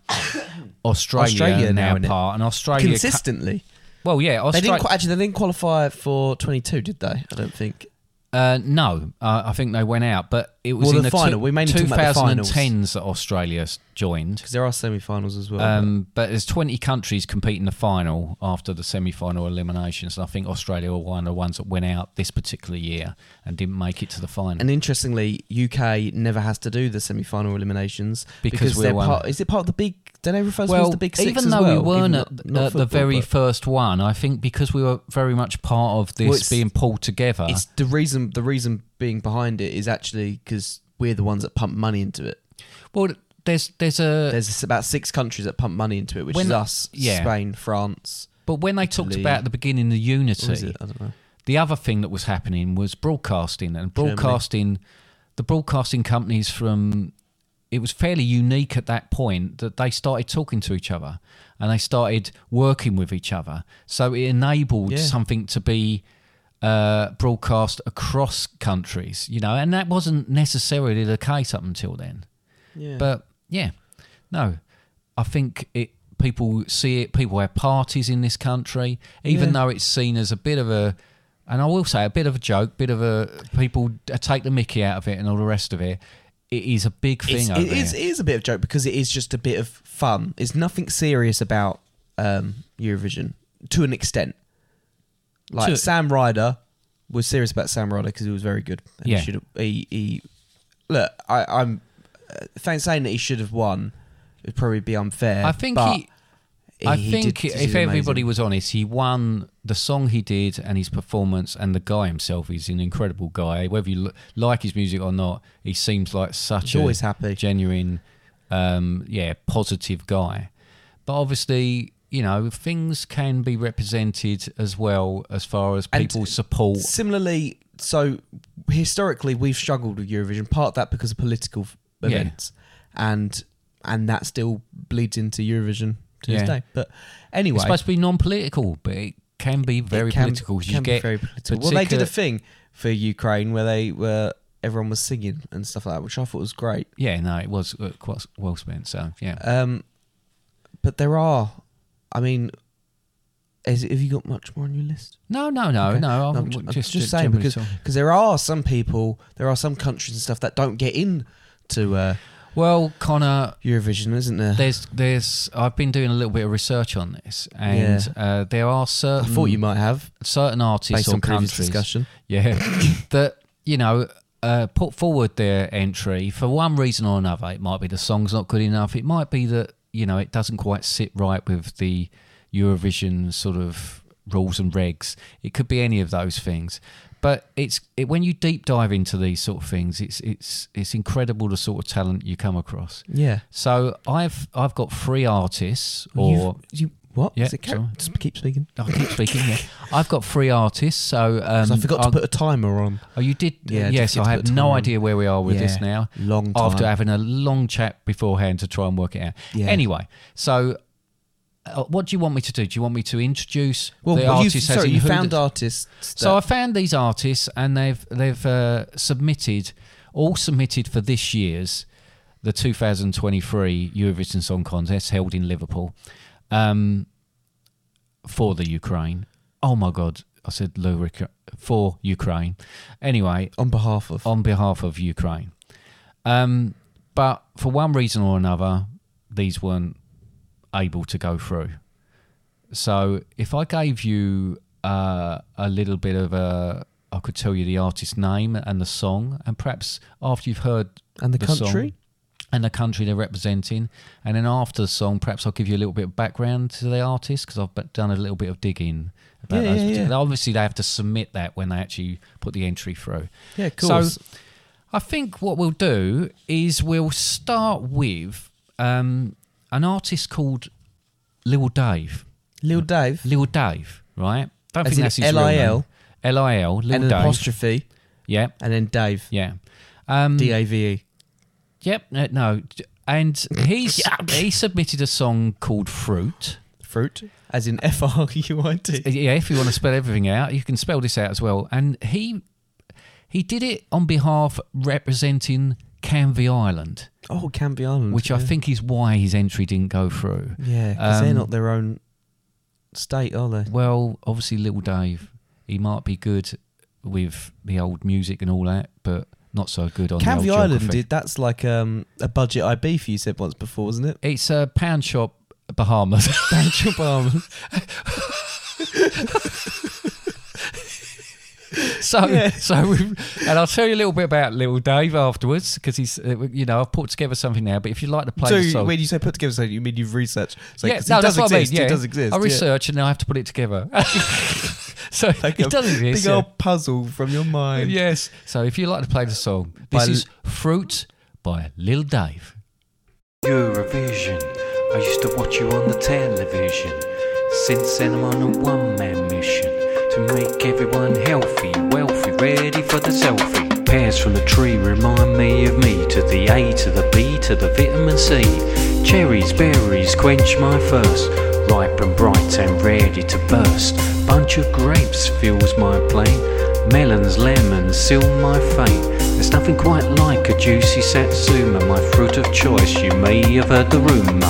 Speaker 2: Australia,
Speaker 1: Australia now,
Speaker 2: now,
Speaker 1: innit?
Speaker 2: part, and Australia.
Speaker 1: consistently.
Speaker 2: well, yeah,
Speaker 1: They
Speaker 2: Australia.
Speaker 1: didn't quite, actually. They didn't qualify for 22, did they? I don't think.
Speaker 2: Uh, no, uh, I think they went out, but it was
Speaker 1: Well,
Speaker 2: in
Speaker 1: the
Speaker 2: the
Speaker 1: final. We mainly talk about the finals.
Speaker 2: 2010s that Australia s- joined.
Speaker 1: Because there are semi-finals as well.
Speaker 2: Um, but there's 20 countries competing the final after the semi-final eliminations, and I think Australia were one of the ones that went out this particular year and didn't make it to the final.
Speaker 1: and interestingly, UK never has to do the semi-final eliminations
Speaker 2: Because we're
Speaker 1: they're
Speaker 2: one.
Speaker 1: part. Is it part of the big? Don't they refer to it as
Speaker 2: well,
Speaker 1: the big six
Speaker 2: even
Speaker 1: as
Speaker 2: though
Speaker 1: well?
Speaker 2: we weren't
Speaker 1: Even not-
Speaker 2: at,
Speaker 1: not
Speaker 2: at the
Speaker 1: football,
Speaker 2: very
Speaker 1: but
Speaker 2: first one, I think because we were very much part of this
Speaker 1: Well, it's-
Speaker 2: being pulled together.
Speaker 1: It's the reason. The reason being behind it is actually because we're the ones that pump money into it.
Speaker 2: Well, there's there's a
Speaker 1: There's about six countries that pump money into it, which
Speaker 2: Uh, When-
Speaker 1: is us,
Speaker 2: yeah.
Speaker 1: Spain, France.
Speaker 2: but when they talked
Speaker 1: Italy.
Speaker 2: about at the beginning the
Speaker 1: What was
Speaker 2: unity,
Speaker 1: it? I don't know.
Speaker 2: the other thing that was happening was broadcasting and broadcasting the broadcasting companies from it was fairly unique at that point that they started talking to each other and they started working with each other so it enabled
Speaker 1: Yeah.
Speaker 2: something to be uh, broadcast across countries you know and that wasn't necessarily the case up until then
Speaker 1: Yeah.
Speaker 2: but yeah, no, I think it. People see it. People have parties in this country, even
Speaker 1: Yeah.
Speaker 2: though it's seen as a bit of a, and I will say a bit of a joke, bit of a people d- take the Mickey out of it and all the rest of it. It is a big thing.
Speaker 1: It's,
Speaker 2: over
Speaker 1: it is
Speaker 2: here.
Speaker 1: it is a bit of a joke because it is just a bit of fun. It's nothing serious about um, Eurovision to an extent. Like
Speaker 2: To-
Speaker 1: Sam Ryder was serious about Sam Ryder because he was very good. And
Speaker 2: Yeah.
Speaker 1: He should have. He, he look. I, I'm. Uh, thanks saying that he should have won. It'd probably be unfair.
Speaker 2: I think
Speaker 1: but
Speaker 2: he. I
Speaker 1: he
Speaker 2: think
Speaker 1: did- he
Speaker 2: if
Speaker 1: did
Speaker 2: everybody
Speaker 1: amazing.
Speaker 2: was honest, he won the song he did and his performance, and the guy himself is an incredible guy. Whether you l- like his music or not, he seems like such
Speaker 1: He's
Speaker 2: a
Speaker 1: always happy.
Speaker 2: genuine, um, yeah, positive guy. But obviously, you know, things can be represented as well as far as
Speaker 1: And
Speaker 2: people's support.
Speaker 1: Similarly, so historically we've struggled with Eurovision. Part of that because of political f-
Speaker 2: Yeah.
Speaker 1: events, and and that still bleeds into Eurovision to
Speaker 2: Yeah.
Speaker 1: this day. But anyway,
Speaker 2: It's supposed to be non-political, but it can be very
Speaker 1: it can-
Speaker 2: political. 'cause You
Speaker 1: can be
Speaker 2: get
Speaker 1: very political. Well, they did
Speaker 2: particular-
Speaker 1: a thing for Ukraine where they were everyone was singing and stuff like that, which I thought was great.
Speaker 2: yeah, no, it was uh, quite s-
Speaker 1: Uh,
Speaker 2: well spent. So yeah,
Speaker 1: Um, but there are, I mean, Is, have you got much more on your list?
Speaker 2: No, no, no,
Speaker 1: Okay.
Speaker 2: no. I'm,
Speaker 1: No,
Speaker 2: just,
Speaker 1: I'm
Speaker 2: just,
Speaker 1: just saying
Speaker 2: generally
Speaker 1: because
Speaker 2: talking.
Speaker 1: because there are some people, there are some countries and stuff that don't get in to uh,
Speaker 2: Well, Connor,
Speaker 1: Eurovision, isn't there?
Speaker 2: there's there's I've been doing a little bit of research on this, and uh, there are
Speaker 1: I
Speaker 2: certain
Speaker 1: thought you might have
Speaker 2: certain artists
Speaker 1: based
Speaker 2: or
Speaker 1: on previous
Speaker 2: countries,
Speaker 1: discussion.
Speaker 2: yeah, [LAUGHS] that you know. Uh, put forward their entry for one reason or another. It might be the song's not good enough. It might be that you know it doesn't quite sit right with the Eurovision sort of rules and regs. It could be any of those things. But it's it, when you deep dive into these sort of things, it's it's it's incredible the sort of talent you come across.
Speaker 1: Yeah.
Speaker 2: So I've I've got three artists,
Speaker 1: You've- [LAUGHS]
Speaker 2: or
Speaker 1: you what?
Speaker 2: Yeah,
Speaker 1: Is it
Speaker 2: sorry.
Speaker 1: car- just keep speaking.
Speaker 2: I keep speaking. Yeah, I've got three artists. So um,
Speaker 1: 'Cause I forgot
Speaker 2: I'll-
Speaker 1: to put a timer on.
Speaker 2: Oh, you did.
Speaker 1: Yeah, I
Speaker 2: yes,
Speaker 1: did
Speaker 2: I
Speaker 1: forget
Speaker 2: have
Speaker 1: to
Speaker 2: no
Speaker 1: time.
Speaker 2: idea where we are with this
Speaker 1: Yeah,
Speaker 2: now.
Speaker 1: long
Speaker 2: after
Speaker 1: time.
Speaker 2: having a long chat beforehand to try and work it out.
Speaker 1: Yeah.
Speaker 2: Anyway, so uh, what do you want me to do? Do you want me to introduce
Speaker 1: Well,
Speaker 2: the
Speaker 1: but you,
Speaker 2: artists? as
Speaker 1: sorry,
Speaker 2: in
Speaker 1: you
Speaker 2: who
Speaker 1: found
Speaker 2: the-
Speaker 1: artists.
Speaker 2: so I
Speaker 1: that-
Speaker 2: found these artists, and they've they've uh, submitted all submitted for this year's the 2023 Eurovision Song Contest held in Liverpool um, for the Ukraine. Oh my God! I said Lurica, for Ukraine. Anyway,
Speaker 1: on behalf of.
Speaker 2: on behalf of Ukraine, um, but for one reason or another, these weren't able to go through. So if I gave you uh, a little bit of a, I could tell you the artist's name and the song, and perhaps after you've heard
Speaker 1: And the
Speaker 2: song
Speaker 1: country?
Speaker 2: and the country they're representing, and then after the song, perhaps I'll give you a little bit of background to the artist because I've b- done a little bit of digging about
Speaker 1: Yeah,
Speaker 2: those.
Speaker 1: yeah, yeah.
Speaker 2: particular- Obviously, they have to submit that when they actually put the entry through.
Speaker 1: Yeah, of
Speaker 2: So
Speaker 1: course.
Speaker 2: I think what we'll do is we'll start with um, an artist called Lil Dave.
Speaker 1: Lil Dave
Speaker 2: Lil Dave, right? Don't
Speaker 1: As in
Speaker 2: think that's his
Speaker 1: LIL?
Speaker 2: real name. Lil Lil
Speaker 1: and an
Speaker 2: Dave.
Speaker 1: apostrophe
Speaker 2: Yeah,
Speaker 1: and then Dave
Speaker 2: yeah. Um,
Speaker 1: D A V E.
Speaker 2: yep, uh, no. d- And
Speaker 1: [LAUGHS]
Speaker 2: he's he submitted a song called Fruit.
Speaker 1: Fruit as in F R U I
Speaker 2: Uh,
Speaker 1: T.
Speaker 2: Yeah, if you want to spell everything out, you can spell this out as well. And he he did it on behalf representing Canvey Island,
Speaker 1: Oh, Canby Island,
Speaker 2: which I
Speaker 1: yeah.
Speaker 2: think is why his entry didn't go through.
Speaker 1: Yeah, because they're
Speaker 2: Um,
Speaker 1: not their own state, are they?
Speaker 2: Well, obviously, little Dave, he might be good with the old music and all that, but not so good on
Speaker 1: Canvey
Speaker 2: the old
Speaker 1: Island,
Speaker 2: geography.
Speaker 1: did, that's like um, a budget IB for you said once before, wasn't
Speaker 2: [LAUGHS]
Speaker 1: it?
Speaker 2: It's a pound shop, Bahamas. [LAUGHS]
Speaker 1: Thank you, [LAUGHS] Barman.
Speaker 2: so,
Speaker 1: Yeah.
Speaker 2: so, we've, and I'll tell you a little bit about little Dave afterwards because he's, uh, you know, I've put together something now. But if you like to play
Speaker 1: so
Speaker 2: the song,
Speaker 1: when you say put together something, you mean you've researched. So,
Speaker 2: yeah,
Speaker 1: 'cause
Speaker 2: no,
Speaker 1: it does
Speaker 2: that's what
Speaker 1: exist.
Speaker 2: I mean. Yeah.
Speaker 1: It does exist.
Speaker 2: I
Speaker 1: yeah.
Speaker 2: research and I have to put it
Speaker 1: [LAUGHS]
Speaker 2: together. so
Speaker 1: Like
Speaker 2: it
Speaker 1: a
Speaker 2: does exist.
Speaker 1: Big
Speaker 2: yeah.
Speaker 1: old puzzle from your mind.
Speaker 2: Yes. So if you like to play the song,
Speaker 1: By
Speaker 2: this
Speaker 1: L-
Speaker 2: is Fruit by Lil Dave.
Speaker 3: Eurovision. I used to watch you on the television. Since then, I'm on a one man mission to make everyone healthy, wealthy, ready for the selfie. Pears from the tree remind me of me to the A to the B to the vitamin C. Cherries, berries quench my thirst, ripe and bright and ready to burst. Bunch of grapes fills my plate. Melons, lemons, seal my fate. There's nothing quite like a juicy satsuma, my fruit of choice. You may have heard the rumor.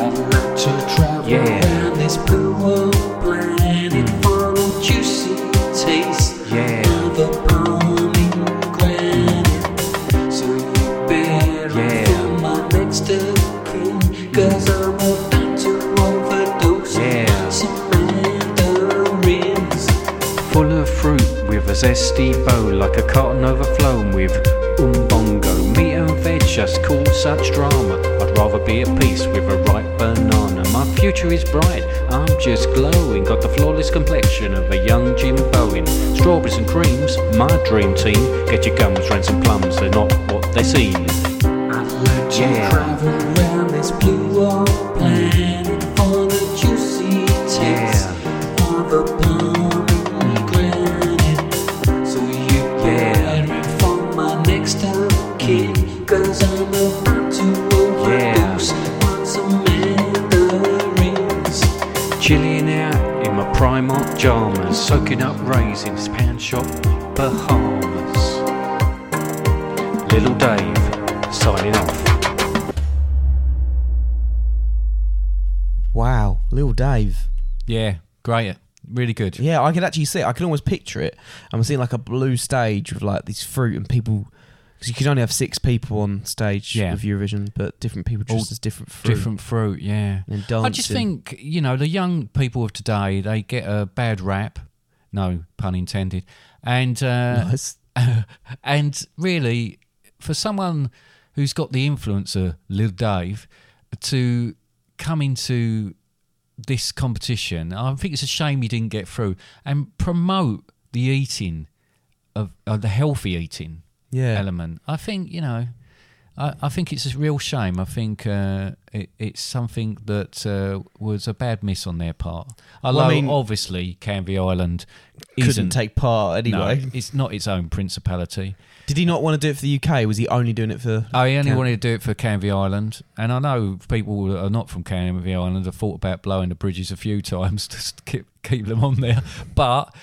Speaker 3: I'd like to travel yeah. around this blue planet for a juicy taste. Yeah. Of a pomegranate. So you better yeah. Mm. fill my next kin, cause I'm about to overdose. Yeah. Some mandarins full of fruit with a zesty bow, like a carton overflown with umbongo. Meat and veg just call such drama. I'd rather be at peace with a ripe banana. My future is bright, I'm just glowing. Got the flawless complexion of a young Jim Bowen. Strawberries and creams, my dream team. Get your gums, rents and plums, they're not what they seem.
Speaker 4: I'd like to
Speaker 3: Yeah.
Speaker 4: travel around this blue old planet for the juicy taste of a pomegranate. So you
Speaker 3: Mm. Yeah.
Speaker 4: better inform my next of kin, cause I'm about to overdose on some mandarins.
Speaker 3: Chilling out in my Primark jammers, soaking up raisins, pound shop Bahamas. Little Dave, signing off.
Speaker 1: Wow, Lil Dave.
Speaker 2: Yeah. Great. Really good.
Speaker 1: Yeah, I can actually see it. I can almost picture it. I'm seeing like a blue stage with like these fruit and people. Because you can only have six people on stage
Speaker 2: Yeah.
Speaker 1: with Eurovision, but different people
Speaker 2: All
Speaker 1: dressed as different fruit.
Speaker 2: Different fruit, yeah.
Speaker 1: And dancing.
Speaker 2: I just think you know the young people of today they get a bad rap, no pun intended, and
Speaker 1: [LAUGHS]
Speaker 2: uh,
Speaker 1: Nice.
Speaker 2: [LAUGHS] and really for someone who's got the influencer Lil Dave to come into this competition, I think it's a shame he didn't get through and promote the eating of, of the healthy eating
Speaker 1: Yeah.
Speaker 2: element. I think you know, I, I think it's a real shame. I think uh, it, it's something that uh, was a bad miss on their part. Although
Speaker 1: I mean-
Speaker 2: obviously Canvey Island
Speaker 1: Couldn't
Speaker 2: isn't,
Speaker 1: take part
Speaker 2: no,
Speaker 1: anyway.
Speaker 2: it's not its own principality.
Speaker 1: Did he not want to do it for the UK? Was he only doing it for?
Speaker 2: I Oh, only
Speaker 1: Can-
Speaker 2: wanted to do it for Canvey Island, and I know people that are not from Canvey Island have thought about blowing the bridges a few [LAUGHS] times just to keep, keep them on there, but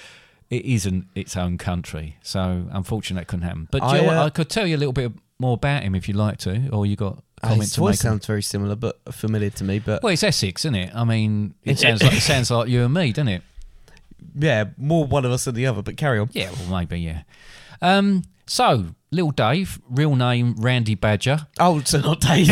Speaker 2: it isn't its own country, so unfortunately that couldn't happen. But do you
Speaker 1: I,
Speaker 2: know what?
Speaker 1: uh,
Speaker 2: I could tell you a little bit more about him if you'd like to, or you got a
Speaker 1: Uh,
Speaker 2: comment
Speaker 1: his
Speaker 2: to make.
Speaker 1: voice sounds very similar, but familiar to me. But
Speaker 2: well, it's Essex, isn't it? I mean, it sounds like it sounds like you and me, doesn't it?
Speaker 1: yeah, more one of us than the other. But carry on.
Speaker 2: Yeah, well, maybe, yeah. Um, so, Lil Dave, real name Randy Badger.
Speaker 1: Oh,
Speaker 2: [LAUGHS]
Speaker 1: so not Dave.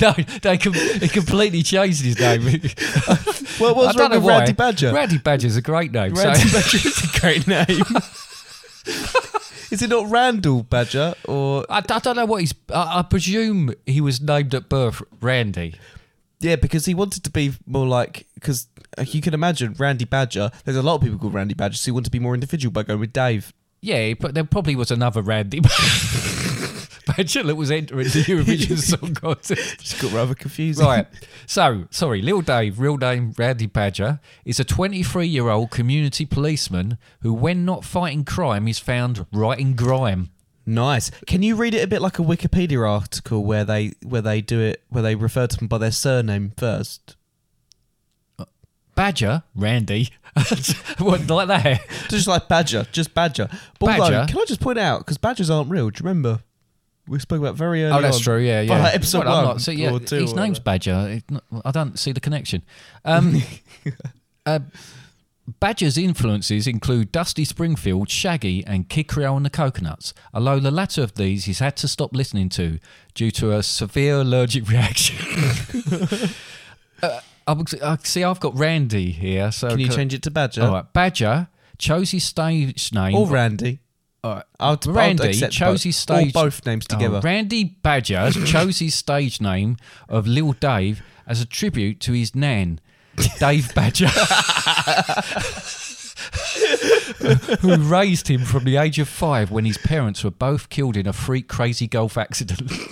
Speaker 2: No, they com- he completely changed his name.
Speaker 1: well,
Speaker 2: I
Speaker 1: [LAUGHS] what's
Speaker 2: don't
Speaker 1: wrong
Speaker 2: know
Speaker 1: with
Speaker 2: why.
Speaker 1: Randy Badger?
Speaker 2: Randy Badger's a great name. so- [LAUGHS]
Speaker 1: Randy Badger is a great name. is it not Randall Badger or
Speaker 2: I, I don't know what he's. I, I presume he was named at birth Randy.
Speaker 1: yeah? Because he wanted to be more like because you can imagine Randy Badger. There's a lot of people called Randy Badger, so he wanted to be more individual by going with Dave.
Speaker 2: Yeah, but there probably was another Randy [LAUGHS] Badger that was entering the
Speaker 1: [LAUGHS]
Speaker 2: Eurovision Song Contest.
Speaker 1: Just got rather confusing.
Speaker 2: Right. So, sorry, Lil Dave, real name Randy Badger, is a 23 year old community policeman who, when not fighting crime, is found writing grime.
Speaker 1: [LAUGHS] Nice. Can you read it a bit like a Wikipedia article where they where they do it where they refer to them by their surname first?
Speaker 2: Badger, Randy, [LAUGHS] what like that?
Speaker 1: Just like Badger, just Badger. But Although,
Speaker 2: Badger?
Speaker 1: can I just point out because Badgers aren't real? Do you remember we spoke about very early?
Speaker 2: Oh, that's
Speaker 1: on.
Speaker 2: true. Yeah, yeah.
Speaker 1: Well, like episode
Speaker 2: Well, I'm
Speaker 1: one
Speaker 2: not- so, yeah,
Speaker 1: or two
Speaker 2: his
Speaker 1: or
Speaker 2: name's
Speaker 1: whatever.
Speaker 2: Badger. It- not- I don't see the connection.
Speaker 1: [LAUGHS]
Speaker 2: Um, uh, Badger's influences include Dusty Springfield, Shaggy, and Kid Creole and the Coconuts. Although the latter of these, he's had to stop listening to due to a severe
Speaker 1: [LAUGHS]
Speaker 2: allergic [LAUGHS] reaction. uh, I, I see. I've got Randy here. So
Speaker 1: Can you change it to Badger
Speaker 2: All right, Badger chose his stage name.
Speaker 1: or Randy?
Speaker 2: All right.
Speaker 1: I'll,
Speaker 2: Randy
Speaker 1: I'll accept
Speaker 2: chose
Speaker 1: both.
Speaker 2: his stage-
Speaker 1: or both names together.
Speaker 2: Oh, Randy [COUGHS] Badger chose his stage name of Lil Dave as a tribute to his nan, Dave Badger, [LAUGHS]
Speaker 1: [LAUGHS]
Speaker 2: who raised him from the age of five when his parents were both killed in a freak crazy golf accident. [LAUGHS]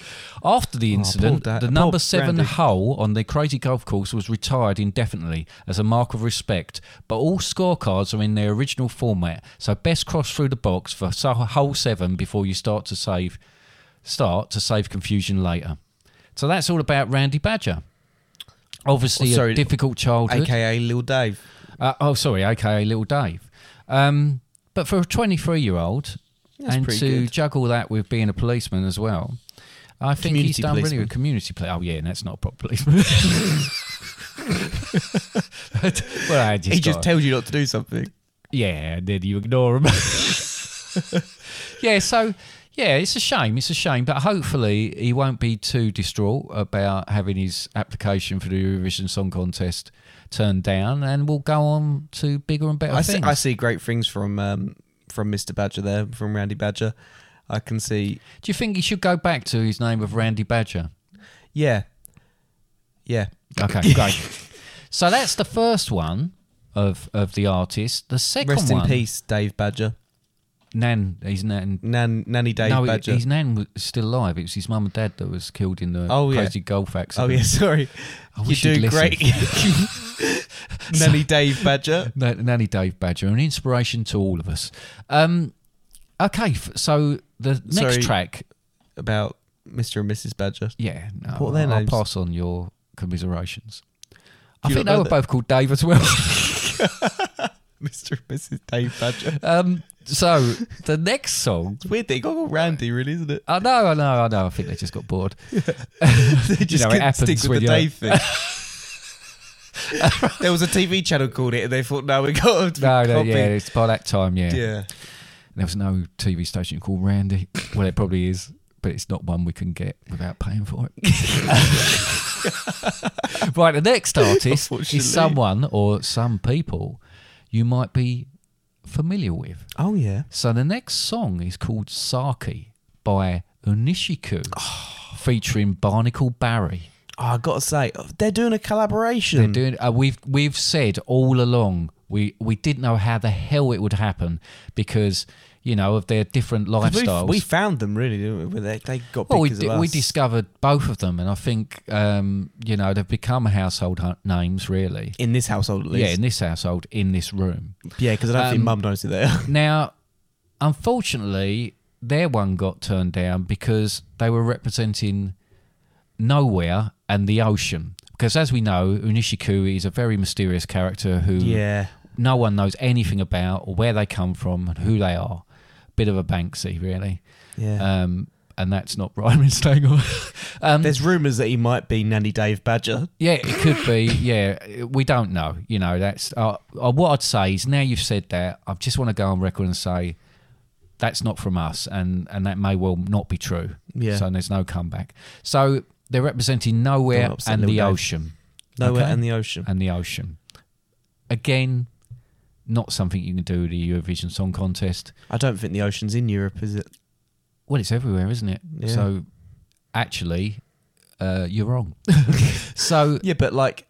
Speaker 2: After
Speaker 1: Oh,
Speaker 2: the incident,
Speaker 1: Da-
Speaker 2: the
Speaker 1: poor
Speaker 2: number seven
Speaker 1: Randy.
Speaker 2: hole on the crazy golf course was retired indefinitely as a mark of respect, but all scorecards are in their original format, so best cross through the box for so- hole seven before you start to save start to save confusion later. So that's all about Randy Badger. Obviously,
Speaker 1: Oh, sorry.
Speaker 2: a difficult childhood.
Speaker 1: AKA Lil Dave.
Speaker 2: Uh, oh, sorry, aka Little Dave. Um, but for a 23 year old,
Speaker 1: That's
Speaker 2: and
Speaker 1: pretty
Speaker 2: to
Speaker 1: good.
Speaker 2: juggle that with being a policeman as well, I think he's
Speaker 1: Community
Speaker 2: done really
Speaker 1: policeman.
Speaker 2: with community play. Oh, yeah, and that's not a
Speaker 1: [LAUGHS]
Speaker 2: proper policeman. [LAUGHS] But- well, I just
Speaker 1: He just
Speaker 2: got-
Speaker 1: tells you not to do something.
Speaker 2: yeah, and then you ignore him. [LAUGHS] yeah, so yeah, it's a shame. It's a shame, but hopefully he won't be too distraught about having his application for the Eurovision Song Contest turned down, and will go on to bigger and better
Speaker 1: I see,
Speaker 2: things.
Speaker 1: I see great things from um, from Mr. Badger there, from Randy Badger. I can see,
Speaker 2: Do you think he should go back to his name of Randy Badger?
Speaker 1: yeah, yeah.
Speaker 2: Okay, great. So that's the first one of of the artist. The second
Speaker 1: Rest
Speaker 2: one,
Speaker 1: in peace, Dave Badger,
Speaker 2: Nan, he's Nan.
Speaker 1: Nan, Nanny Dave
Speaker 2: no,
Speaker 1: Badger.
Speaker 2: his Nan was still alive. It was his mum and dad that was killed in the
Speaker 1: Oh, yeah.
Speaker 2: crazy golf
Speaker 1: oh
Speaker 2: accident.
Speaker 1: yeah, sorry.
Speaker 2: I
Speaker 1: you
Speaker 2: wish
Speaker 1: do
Speaker 2: you'd listen.
Speaker 1: great, [LAUGHS] Nanny Dave Badger.
Speaker 2: Nan- Nanny Dave Badger, an inspiration to all of us. Um, okay, f- so the next
Speaker 1: Sorry.
Speaker 2: track,
Speaker 1: About Mr. and Mrs.
Speaker 2: [LAUGHS]
Speaker 1: Badger.
Speaker 2: yeah, no,
Speaker 1: What are their
Speaker 2: I'll
Speaker 1: names?
Speaker 2: pass on your commiserations.
Speaker 1: Do
Speaker 2: I
Speaker 1: you
Speaker 2: think
Speaker 1: not
Speaker 2: they
Speaker 1: know
Speaker 2: were
Speaker 1: that?
Speaker 2: both called Dave as well. [LAUGHS]
Speaker 1: Mr. and Mrs. Dave Badger.
Speaker 2: um, so the next song,
Speaker 1: It's weird they got called Randy, really, isn't
Speaker 2: [LAUGHS]
Speaker 1: it?
Speaker 2: I know, I know, I know. I think they just got bored.
Speaker 1: They just
Speaker 2: know, it
Speaker 1: couldn't
Speaker 2: happens
Speaker 1: stick
Speaker 2: [LAUGHS] when
Speaker 1: with the
Speaker 2: you're-
Speaker 1: Dave thing. there was a TV channel called it, and they thought, no, we got to
Speaker 2: No, no,
Speaker 1: copy.
Speaker 2: yeah, it's by that time, yeah.
Speaker 1: yeah.
Speaker 2: There was no TV station called Randy. Well, it probably is, but it's not one we can get without paying for it. [LAUGHS] right, the next artist
Speaker 1: Unfortunately.
Speaker 2: is someone or some people you might be familiar with.
Speaker 1: Oh yeah.
Speaker 2: So the next song is called Saki by Unishiku, featuring Barnacle Barry.
Speaker 1: Oh, I gotta say, they're doing a collaboration.
Speaker 2: They're doing. Uh, we've we've said all along we we didn't know how the hell it would happen because you know of their different
Speaker 1: 'Cause we-
Speaker 2: lifestyles.
Speaker 1: We found them really, didn't we? They, they got big
Speaker 2: well, we,
Speaker 1: because
Speaker 2: di-
Speaker 1: of us.
Speaker 2: we discovered both of them, and I think um, you know they've become household hu- names really.
Speaker 1: in this household at
Speaker 2: Yeah,
Speaker 1: least.
Speaker 2: in this household, in this room.
Speaker 1: Yeah, because I don't think
Speaker 2: Um,
Speaker 1: Mum knows who they
Speaker 2: [LAUGHS]
Speaker 1: are.
Speaker 2: Now, unfortunately, their one got turned down because they were representing nowhere and the ocean. Because as we know, Unishiku is a very mysterious character who
Speaker 1: yeah.
Speaker 2: no one knows anything about or where they come from and who they are. Bit of a Banksy, really.
Speaker 1: Yeah.
Speaker 2: Um, and that's not [LAUGHS] rhyming Stangle. um,
Speaker 1: There's rumours that he might be Nanny Dave Badger.
Speaker 2: yeah, it could be. Yeah, we don't know. You know, that's uh, uh, what I'd say is now you've said that. I just want to go on record and say that's not from us, and and that may well not be true.
Speaker 1: Yeah.
Speaker 2: So there's no comeback. So they're representing nowhere
Speaker 1: Don't upset
Speaker 2: and
Speaker 1: little
Speaker 2: the
Speaker 1: Dave.
Speaker 2: ocean,
Speaker 1: Nowhere
Speaker 2: Okay.
Speaker 1: in the ocean.
Speaker 2: and the ocean. Again, not something you can do with the Eurovision Song Contest.
Speaker 1: I don't think the ocean's in Europe, is it?
Speaker 2: Well, it's everywhere, isn't it?
Speaker 1: Yeah.
Speaker 2: So actually, uh, you're wrong. [LAUGHS] so
Speaker 1: [LAUGHS] Yeah, but like,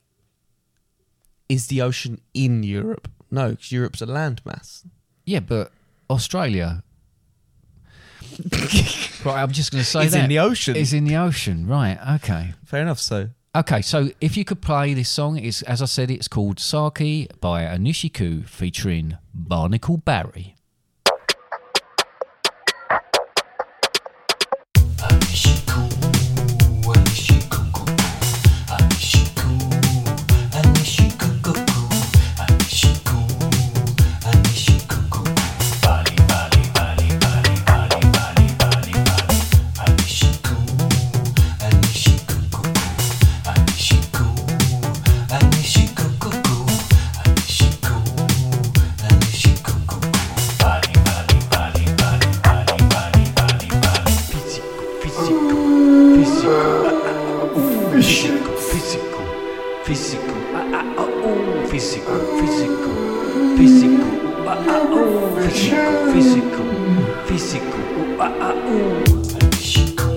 Speaker 1: is the ocean in Europe? No, because Europe's a landmass.
Speaker 2: Yeah, but
Speaker 1: [LAUGHS]
Speaker 2: Australia. right, I'm just going to say
Speaker 1: It's
Speaker 2: that.
Speaker 1: in the ocean.
Speaker 2: It's in the ocean, right? Okay,
Speaker 1: Fair enough. So
Speaker 2: okay. So if you could play this song, it's as I said, it's called Saki by Anishiku featuring Barnacle Barry.
Speaker 3: Physical, physical, physical, ah, ah, ah, oh, physical, physical, physical, ah, ah, oh, physical, physical, physical, oh, ah, ah, oh.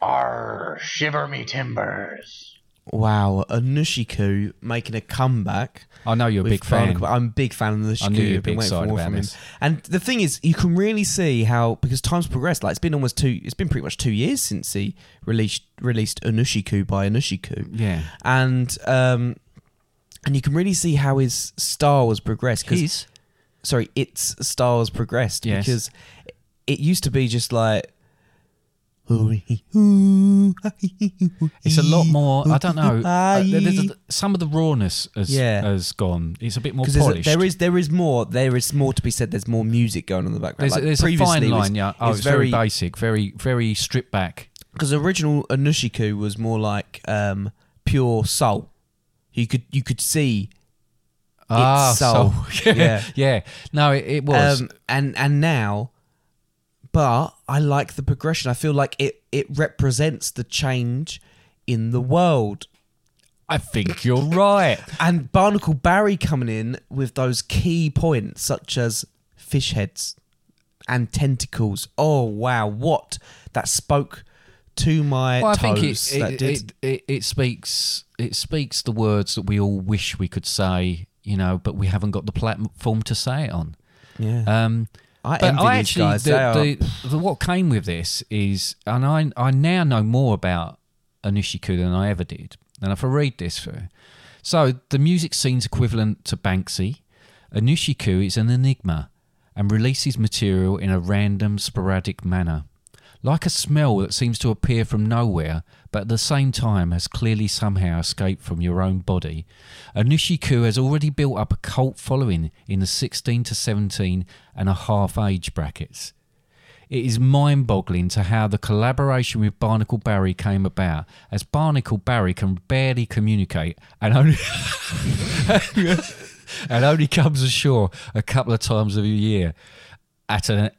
Speaker 5: Arr, shiver me timbers.
Speaker 1: wow, Anushiku making a comeback.
Speaker 2: I know you're a
Speaker 1: with
Speaker 2: big fan.
Speaker 1: Barnacle- I'm a big fan of Anushiku.
Speaker 2: I knew you'd
Speaker 1: I've been
Speaker 2: be
Speaker 1: waiting for
Speaker 2: excited
Speaker 1: more
Speaker 2: about
Speaker 1: from him.
Speaker 2: this.
Speaker 1: And the thing is, you can really see how because times progressed. Like it's been almost two. It's been pretty much two years since he released released Anushiku by Anushiku.
Speaker 2: Yeah.
Speaker 1: and um, and you can really see how his style has progressed. 'cause-
Speaker 2: His?
Speaker 1: sorry, its style has progressed
Speaker 2: Yes.
Speaker 1: because it used to be just
Speaker 2: [LAUGHS]
Speaker 1: like. It's
Speaker 2: It's a lot more. I
Speaker 1: [LAUGHS]
Speaker 2: don't know. uh, there- there's
Speaker 1: Because
Speaker 2: a- some of the rawness has,
Speaker 1: Yeah.
Speaker 2: has gone. It's a bit more
Speaker 1: there's a-
Speaker 2: polished.
Speaker 1: there is there is more there is more to be said. There's more music going on in the background.
Speaker 2: There's,
Speaker 1: Like,
Speaker 2: there's a
Speaker 1: previously
Speaker 2: fine
Speaker 1: it was-
Speaker 2: line. Yeah.
Speaker 1: it
Speaker 2: Oh,
Speaker 1: was
Speaker 2: it's very, basic. Very very stripped back.
Speaker 1: because the original Anushiku was more like um, pure soul. You could you could see
Speaker 2: Ah,
Speaker 1: soul.
Speaker 2: [LAUGHS] yeah.
Speaker 1: Yeah.
Speaker 2: yeah. No, it, it was.
Speaker 1: um, and and now, but I like the progression. I feel like it it represents the change in the world.
Speaker 2: I think you're
Speaker 1: [LAUGHS]
Speaker 2: right.
Speaker 1: And Barnacle Barry coming in with those key points such as fish heads and tentacles. Oh wow, what that spoke to my
Speaker 2: Well, I
Speaker 1: toes.
Speaker 2: think it
Speaker 1: that
Speaker 2: it,
Speaker 1: did.
Speaker 2: it, it it speaks it speaks the words that we all wish we could say, you know, but we haven't got the platform to say it on.
Speaker 1: yeah.
Speaker 2: Um,
Speaker 1: I
Speaker 2: but
Speaker 1: envy
Speaker 2: I
Speaker 1: these
Speaker 2: actually,
Speaker 1: guys.
Speaker 2: the,
Speaker 1: They are-
Speaker 2: the, the, what came with this is, and I, I now know more about Anushiku than I ever did. And if I read this through, so the music scene's equivalent to Banksy. Anushiku is an enigma and releases material in a random, sporadic manner. Like a smell that seems to appear from nowhere, but at the same time has clearly somehow escaped from your own body. Anushiku has already built up a cult following in the 16 to 17 and a half age brackets. It is mind boggling to how the collaboration with Barnacle Barry came about, as Barnacle Barry can barely communicate and only. [LAUGHS] and only comes ashore a couple of times of a year at an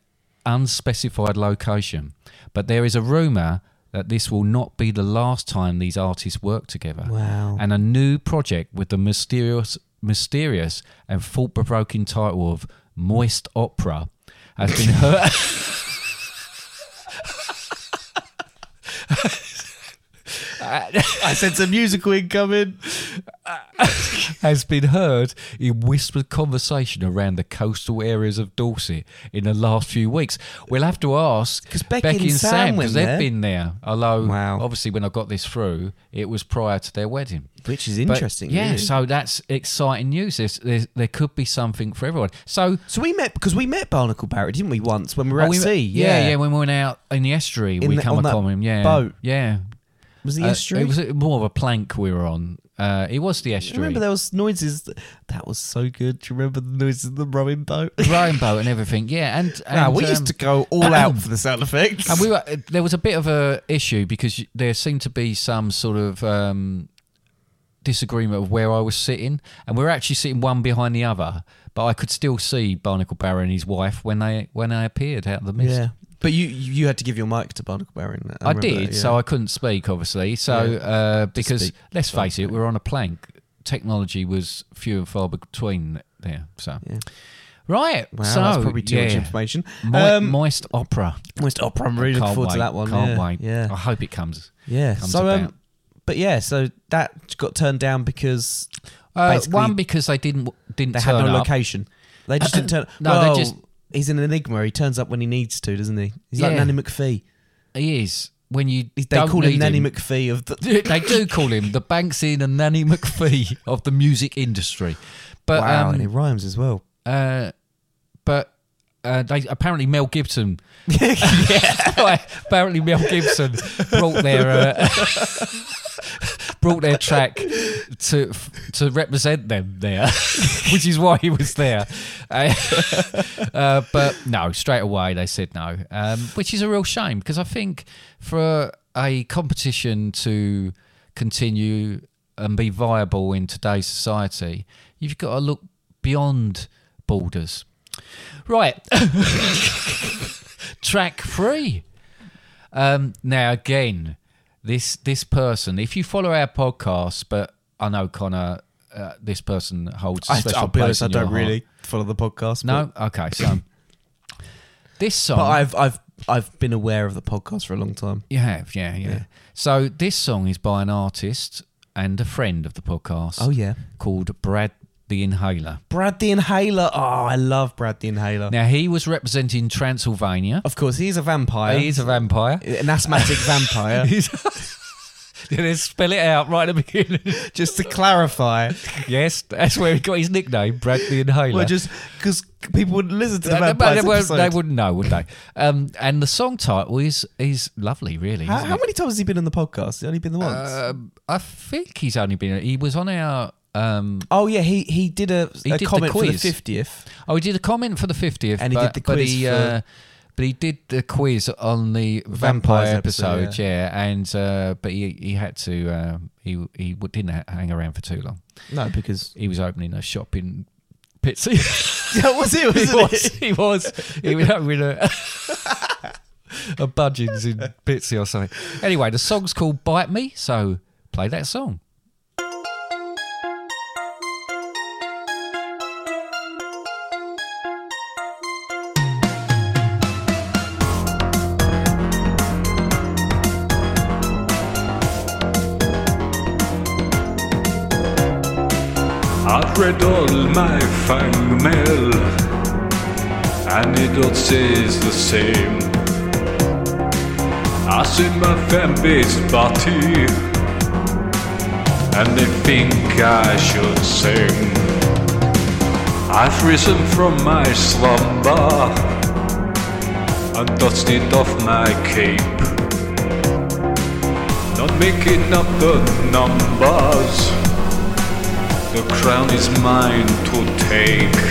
Speaker 2: unspecified location. But there is a rumour that this will not be the last time these artists work together.
Speaker 1: Wow.
Speaker 2: And a new project with the mysterious, mysterious and thought provoking title of Moist Opera has been heard. uh,
Speaker 1: [LAUGHS] I sense a musical incoming.
Speaker 2: has been heard in whispered conversation around the coastal areas of Dorset in the last few weeks. We'll have to ask
Speaker 1: 'Cause Becky and Sam went
Speaker 2: because they've
Speaker 1: there.
Speaker 2: been there. Although,
Speaker 1: Wow.
Speaker 2: obviously, when I got this through, it was prior to their wedding.
Speaker 1: Which is
Speaker 2: But,
Speaker 1: interesting.
Speaker 2: yeah.
Speaker 1: really.
Speaker 2: So that's exciting news. There's, there's, there could be something for everyone. So.
Speaker 1: So we met because we met Barnacle Barry, didn't we? Once when we were
Speaker 2: oh,
Speaker 1: at
Speaker 2: we-
Speaker 1: sea.
Speaker 2: yeah, When we went out in the estuary,
Speaker 1: In
Speaker 2: we
Speaker 1: the-
Speaker 2: come
Speaker 1: on that
Speaker 2: upon him. Yeah,
Speaker 1: boat.
Speaker 2: Yeah,
Speaker 1: Was the
Speaker 2: Uh,
Speaker 1: estuary?
Speaker 2: it was more of a plank we were on. Uh, it was the estuary.
Speaker 1: Remember there was noises. That was so good. Do you remember the noises of the rowing boat?
Speaker 2: rowing boat [LAUGHS] and everything. Yeah, and, and
Speaker 1: Nah, we
Speaker 2: um,
Speaker 1: used to go all
Speaker 2: [COUGHS]
Speaker 1: out for the sound effects.
Speaker 2: And we were uh, there was a bit of a issue because y- there seemed to be some sort of um, disagreement of where I was sitting, and we were actually sitting one behind the other. But I could still see Barnacle Barrow and his wife when they when they appeared out of the mist.
Speaker 1: yeah, but you you had to give your mic to Barnacle Barry. and
Speaker 2: I,
Speaker 1: remember
Speaker 2: did,
Speaker 1: that, yeah.
Speaker 2: so I couldn't speak, obviously. So
Speaker 1: Yeah.
Speaker 2: uh, because
Speaker 1: speak.
Speaker 2: let's face it, we we're on a plank. Technology was few and far between there. So
Speaker 1: Yeah.
Speaker 2: right,
Speaker 1: Wow,
Speaker 2: so
Speaker 1: that's probably too much
Speaker 2: yeah.
Speaker 1: information.
Speaker 2: Mo-
Speaker 1: um,
Speaker 2: moist opera.
Speaker 1: Moist opera. I'm really
Speaker 2: Can't
Speaker 1: looking forward to
Speaker 2: wait,
Speaker 1: that one.
Speaker 2: Can't
Speaker 1: yeah.
Speaker 2: wait.
Speaker 1: Yeah.
Speaker 2: I hope it comes.
Speaker 1: Yeah.
Speaker 2: comes
Speaker 1: So,
Speaker 2: about.
Speaker 1: um, but yeah, so that got turned down because
Speaker 2: Uh,
Speaker 1: basically
Speaker 2: one because they didn't didn't
Speaker 1: they had
Speaker 2: turn
Speaker 1: no
Speaker 2: up.
Speaker 1: location. They just didn't turn.
Speaker 2: [COUGHS] No, they
Speaker 1: well,
Speaker 2: just-
Speaker 1: He's an enigma. He turns up when he needs to, doesn't he? He's like
Speaker 2: Yeah.
Speaker 1: Nanny McPhee.
Speaker 2: He is when you
Speaker 1: They
Speaker 2: don't
Speaker 1: call him
Speaker 2: need
Speaker 1: Nanny McPhee of the.
Speaker 2: [LAUGHS] they do call him the Banksy and Nanny McPhee of the music industry, but
Speaker 1: wow, and it
Speaker 2: um,
Speaker 1: rhymes as well.
Speaker 2: uh, but uh, they apparently Mel
Speaker 1: [LAUGHS]
Speaker 2: Gibson. [LAUGHS] apparently Mel Gibson brought their uh, [LAUGHS] brought their track to to represent them there, [LAUGHS] which is why he was there. Uh, [LAUGHS] uh, but no, straight away they said no, um, which is a real shame because I think for a competition to continue and be viable in today's society, you've got to look beyond borders. Right, [LAUGHS] track three. Um, now again, this this person, if you follow our podcast, but I know Connor, uh, this person holds a
Speaker 1: I,
Speaker 2: special
Speaker 1: I'll be honest,
Speaker 2: place in
Speaker 1: I
Speaker 2: your
Speaker 1: don't
Speaker 2: heart.
Speaker 1: really follow the podcast.
Speaker 2: No.
Speaker 1: but,
Speaker 2: Okay.
Speaker 1: [COUGHS]
Speaker 2: So this song,
Speaker 1: but I've I've I've been aware of the podcast for a long time.
Speaker 2: you have, yeah, yeah, So this song is by an artist and a friend of the podcast.
Speaker 1: Oh yeah,
Speaker 2: called Brad the Inhaler.
Speaker 1: Brad the Inhaler. Oh, I love Brad the Inhaler.
Speaker 2: Now he was representing Transylvania.
Speaker 1: of course, he's a vampire.
Speaker 2: He's a vampire.
Speaker 1: an [LAUGHS] asthmatic vampire.
Speaker 2: [LAUGHS] He's [LAUGHS] Let's spell it out right at the beginning.
Speaker 1: [LAUGHS] Just to clarify,
Speaker 2: [LAUGHS] yes, that's where he got his nickname, Brad the Inhaler.
Speaker 1: well, just because people wouldn't listen to the
Speaker 2: Uh,
Speaker 1: vampire
Speaker 2: they, won't-
Speaker 1: episode.
Speaker 2: they wouldn't know, would they? Um, and the song title is is lovely, really.
Speaker 1: How,
Speaker 2: isn't
Speaker 1: how
Speaker 2: it?
Speaker 1: many times has he been on the podcast? He's only been the once.
Speaker 2: Um, I think he's only been. He was on our. Um,
Speaker 1: oh yeah, he he did a,
Speaker 2: He
Speaker 1: a
Speaker 2: did the
Speaker 1: comment for the
Speaker 2: quiz.
Speaker 1: fiftieth.
Speaker 2: oh, he did a comment for the fiftieth,
Speaker 1: And he did the
Speaker 2: But
Speaker 1: quiz
Speaker 2: he,
Speaker 1: for-
Speaker 2: uh, but he did the quiz on the vampire,
Speaker 1: Vampires
Speaker 2: episode,
Speaker 1: episode,
Speaker 2: yeah. And uh, but he he had to. Uh, he he w- didn't ha- hang around for too long.
Speaker 1: No, because
Speaker 2: He was opening a shop in Pitsy.
Speaker 1: [LAUGHS] that was it.
Speaker 2: [LAUGHS] he
Speaker 1: [LAUGHS] Wasn't
Speaker 2: was.
Speaker 1: it?
Speaker 2: He was. He was opening a. [LAUGHS] A
Speaker 1: [LAUGHS]
Speaker 2: budgings in Pitsy or something. Anyway, the song's called Bite Me, so play that song.
Speaker 6: Bite
Speaker 3: I've read all my fan mail, and it all stays the same. I see my fan base party, and they think I should sing. I've risen from my slumber and dusted off my cape. Not making up the numbers, the crown is mine to take.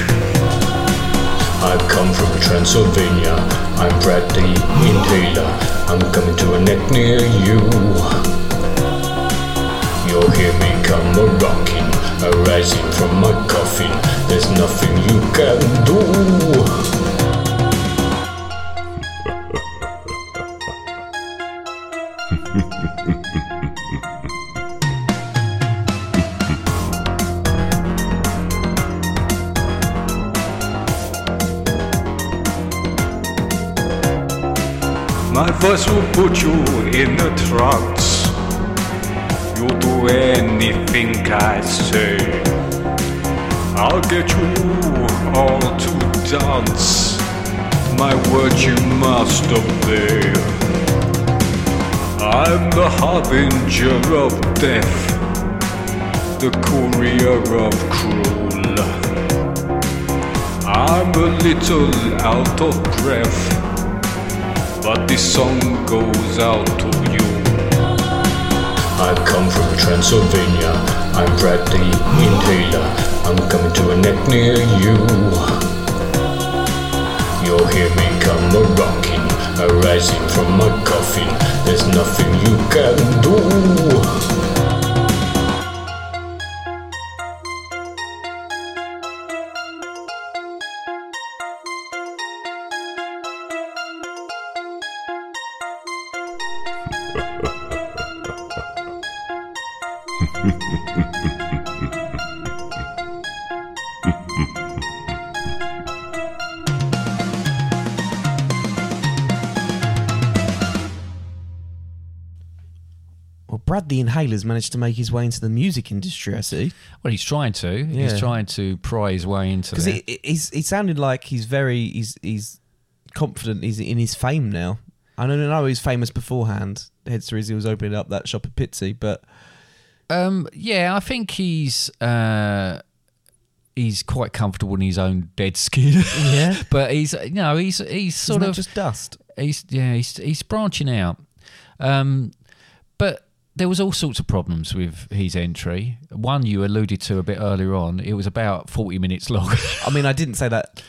Speaker 6: I've come from Transylvania. I'm Bradley Inhaler. I'm coming to a neck near you. You'll hear me come a rocking, arising from my coffin. There's nothing you can do.
Speaker 3: My voice will put you in a trance. You'll do anything I say. I'll get you all to dance. My word you must obey. I'm the harbinger of death, the courier of cruel. I'm a little out of breath but this song goes out to you.
Speaker 6: I've come from Transylvania. I'm Bradley Inhaler. I'm coming to a neck near you. You'll hear me come a rocking, arising from my coffin. There's nothing you can do.
Speaker 1: Well, Brad the Inhalers managed to make his way into the music industry, I see.
Speaker 2: Well, he's trying to.
Speaker 1: Yeah.
Speaker 2: He's trying to pry his way into
Speaker 1: Because
Speaker 2: that.
Speaker 1: it, it, he's- it sounded like he's very he's he's confident he's in his fame now. I don't know he was famous beforehand. Hence the reason he was opening up that shop at Pitsy, but
Speaker 2: Um, yeah, I think he's uh, he's quite comfortable in his own dead skin.
Speaker 1: Yeah.
Speaker 2: [LAUGHS] but he's you know he's he's
Speaker 1: sort Isn't
Speaker 2: sort of
Speaker 1: of just dust.
Speaker 2: he's yeah he's he's branching out. Um, but there was all sorts of problems with his entry. One you alluded to a bit earlier on. It was about forty minutes long. [LAUGHS]
Speaker 1: I mean, I didn't say that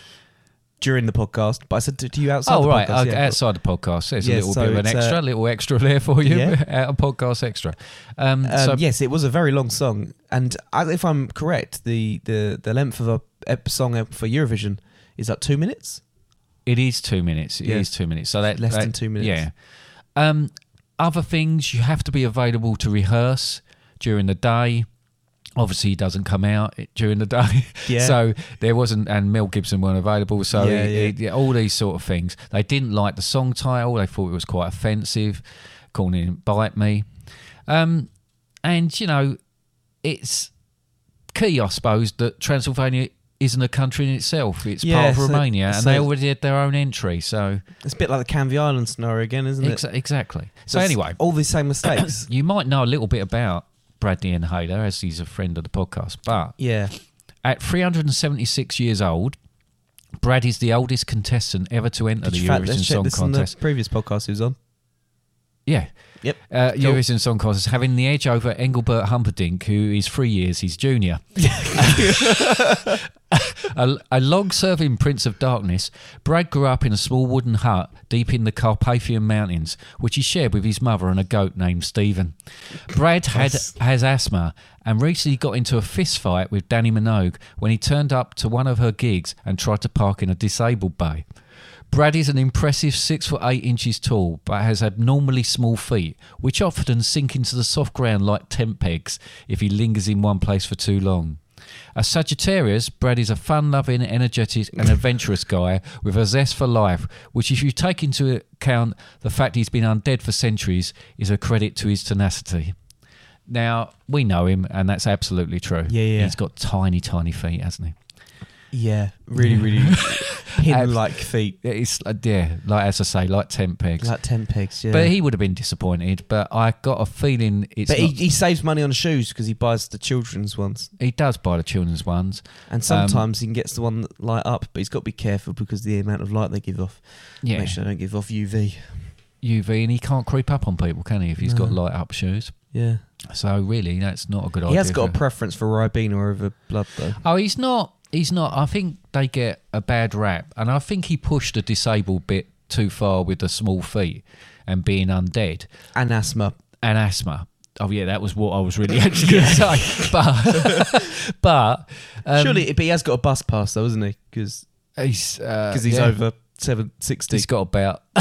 Speaker 1: during the podcast, but I said to, to you outside.
Speaker 2: oh
Speaker 1: the
Speaker 2: right,
Speaker 1: podcast,
Speaker 2: okay,
Speaker 1: yeah.
Speaker 2: outside the podcast, there's
Speaker 1: Yeah,
Speaker 2: a little
Speaker 1: so
Speaker 2: bit of an
Speaker 1: it's, uh,
Speaker 2: extra, little extra there for you. [LAUGHS]
Speaker 1: Yeah.
Speaker 2: a podcast extra. Um,
Speaker 1: Um,
Speaker 2: so
Speaker 1: yes, it was a very long song, and I- if I'm correct, the the the length of a ep- song for Eurovision is like two minutes.
Speaker 2: It is two minutes. It is
Speaker 1: Yeah.
Speaker 2: two minutes. So that
Speaker 1: Less
Speaker 2: that-
Speaker 1: than two minutes.
Speaker 2: Yeah. Um, other things you have to be available to rehearse during the day. Obviously, he doesn't come out during the day. [LAUGHS]
Speaker 1: Yeah.
Speaker 2: So there wasn't, and Mel Gibson weren't available. So
Speaker 1: Yeah,
Speaker 2: it-
Speaker 1: yeah.
Speaker 2: it- yeah, all these sort of things. They didn't like the song title. They thought it was quite offensive, calling it "Bite Me." Um, and you know, it's key, I suppose, that Transylvania isn't a country in itself. It's
Speaker 1: Yeah,
Speaker 2: part of
Speaker 1: so-
Speaker 2: Romania, and
Speaker 1: so-
Speaker 2: they already had their own entry. So
Speaker 1: It's a bit like the Canvey Island scenario again, isn't
Speaker 2: ex-
Speaker 1: it?
Speaker 2: exactly. So
Speaker 1: It's
Speaker 2: anyway,
Speaker 1: all these same
Speaker 2: [COUGHS]
Speaker 1: mistakes.
Speaker 2: you might know a little bit about Bradley and Hader, as he's a friend of the podcast. But
Speaker 1: yeah.
Speaker 2: at 376 years old, Brad is the oldest contestant ever to enter
Speaker 1: Did
Speaker 2: the
Speaker 1: you fact
Speaker 2: Eurovision
Speaker 1: let's check
Speaker 2: Song
Speaker 1: this in the
Speaker 2: Contest.
Speaker 1: previous podcast he was on?
Speaker 2: Yeah.
Speaker 1: Yep.
Speaker 2: Uh,
Speaker 1: Cool.
Speaker 2: Eurovision Song Contest, having the edge over Engelbert Humperdinck, who is three years his junior. [LAUGHS] a, a long serving Prince of Darkness, Brad grew up in a small wooden hut deep in the Carpathian Mountains, which he shared with his mother and a goat named Stephen. Brad had, has asthma and recently got into a fist fight with Danny Minogue when he turned up to one of her gigs and tried to park in a disabled bay. Brad is an impressive six foot eight inches tall, but has abnormally small feet, which often sink into the soft ground like tent pegs if he lingers in one place for too long. A Sagittarius, Brad is a fun loving, energetic,
Speaker 1: [LAUGHS]
Speaker 2: and adventurous guy with a zest for life, which, if you take into account the fact he's been undead for centuries, is a credit to his tenacity. Now we know him, and that's absolutely true.
Speaker 1: Yeah, yeah.
Speaker 2: He's got tiny, tiny feet, hasn't he?
Speaker 1: [LAUGHS] Yeah, really, really hidden like feet,
Speaker 2: Yeah, It's uh, yeah, like as I say, like tent pegs.
Speaker 1: like ten pigs. Yeah,
Speaker 2: But he would have been disappointed. But I got a feeling it's.
Speaker 1: But he,
Speaker 2: not-
Speaker 1: he saves money on shoes because he buys the children's ones,
Speaker 2: he does buy the children's ones.
Speaker 1: and sometimes he gets the one that light up. But he's got to be careful because the amount of light they give off.
Speaker 2: Yeah.
Speaker 1: make sure they don't give off UV.
Speaker 2: UV, and he can't creep up on people, can he? If he's got
Speaker 1: No.
Speaker 2: light up shoes.
Speaker 1: Yeah,
Speaker 2: So really, that's not a good idea.
Speaker 1: he has got a
Speaker 2: for-
Speaker 1: preference for Ribena over blood though.
Speaker 2: Oh, he's not. He's not. I think they get a bad rap, and I think he pushed the disabled bit too far with the small feet and being undead
Speaker 1: And asthma.
Speaker 2: and asthma. Oh yeah, that was what I was really [LAUGHS] actually going to say. But [LAUGHS] but um,
Speaker 1: Surely, but he has got a bus pass though, isn't he? Because [LAUGHS]
Speaker 2: he's uh,
Speaker 1: he's
Speaker 2: yeah.
Speaker 1: over seven sixty.
Speaker 2: He's got about [LAUGHS]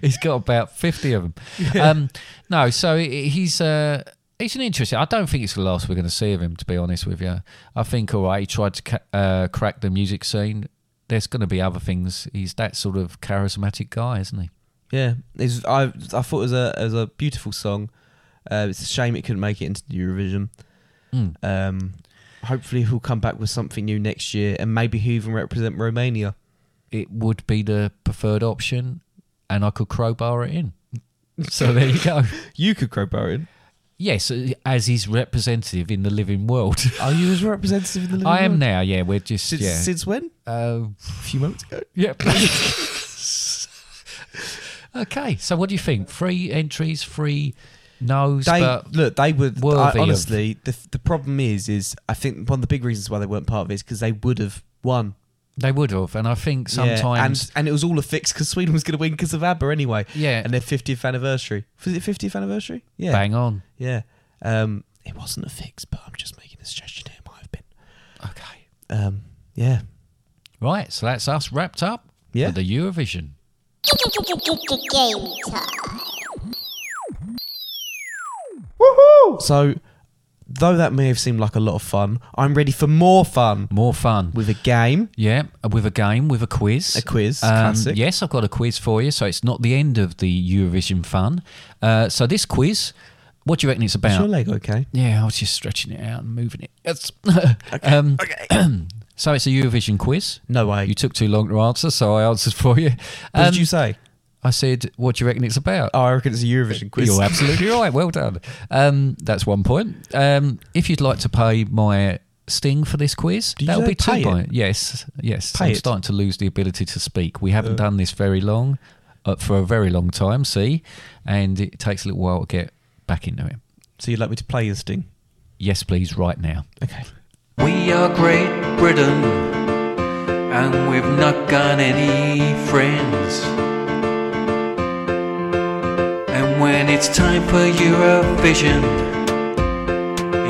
Speaker 2: he's got about fifty of them. Um, no, so he- he's uh, he's an interesting. I don't think it's the last we're going to see of him. To be honest with you, I think all right, he tried to ca- uh, crack the music scene. There's going to be other things. He's that sort of charismatic guy, isn't he?
Speaker 1: Yeah, it's, I I thought it was a it was a beautiful song. Uh, it's a shame it couldn't make it into the Eurovision. Um, hopefully he'll come back with something new next year, and maybe he'll even represent Romania.
Speaker 2: It would be the preferred option, and I could crowbar it in. So there you
Speaker 1: [LAUGHS]
Speaker 2: go.
Speaker 1: You could crowbar in.
Speaker 2: Yes, uh, as his representative in the living world.
Speaker 1: Are you as representative in the?
Speaker 2: [LAUGHS] I am now. Yeah, we're just
Speaker 1: Since,
Speaker 2: yeah.
Speaker 1: since when?
Speaker 2: Uh,
Speaker 1: A few moments ago.
Speaker 2: Yeah. okay. So what do you think? Three entries, three no's,
Speaker 1: They
Speaker 2: but
Speaker 1: look. They were I,
Speaker 2: worthy of-
Speaker 1: honestly. The the problem is, is I think one of the big reasons why they weren't part of it is because they would have won.
Speaker 2: they would have. And I think
Speaker 1: Yeah,
Speaker 2: sometimes
Speaker 1: and and it was all a fix because Sweden was going to win because of ABBA anyway.
Speaker 2: Yeah.
Speaker 1: and their 50th anniversary. Was it 50th anniversary? Yeah,
Speaker 2: bang on.
Speaker 1: Yeah. Um, it wasn't a fix, but I'm just making a suggestion here. It might have been.
Speaker 2: Okay.
Speaker 1: Um, yeah.
Speaker 2: Right. So that's us wrapped up
Speaker 1: Yeah.
Speaker 2: for the Eurovision.
Speaker 1: So, though that may have seemed like a lot of fun, I'm ready for more fun
Speaker 2: More fun.
Speaker 1: with a game.
Speaker 2: Yeah, with a game, with a quiz. Um,
Speaker 1: A quiz, classic.
Speaker 2: Yes, I've got a quiz for you, so it's not the end of the Eurovision fun. Uh, so this quiz, what do you reckon it's
Speaker 1: Is
Speaker 2: about?
Speaker 1: your leg okay?
Speaker 2: Yeah, I was just stretching it out and moving it. [LAUGHS] That's um, [CLEARS THROAT] so it's a Eurovision quiz.
Speaker 1: No way.
Speaker 2: You took too long to answer, so I answered for you.
Speaker 1: what
Speaker 2: Um,
Speaker 1: did you say?
Speaker 2: I said, "What do you reckon it's about?"
Speaker 1: Oh, I reckon it's a Eurovision quiz.
Speaker 2: You're absolutely right. Well done. Um, that's one point. Um, if you'd like to pay my sting for this quiz,
Speaker 1: you
Speaker 2: that'll
Speaker 1: say
Speaker 2: be two
Speaker 1: pay it?
Speaker 2: points. Yes, yes.
Speaker 1: Pay
Speaker 2: I'm
Speaker 1: it.
Speaker 2: starting to lose the ability to speak. We haven't done this very long, uh, for a very long time. See, and it takes a little while to get back into it.
Speaker 1: So you'd like me to play this thing?
Speaker 2: Yes, please, right now.
Speaker 1: Okay.
Speaker 3: We are Great Britain, and we've not got any friends. And when it's time for Eurovision,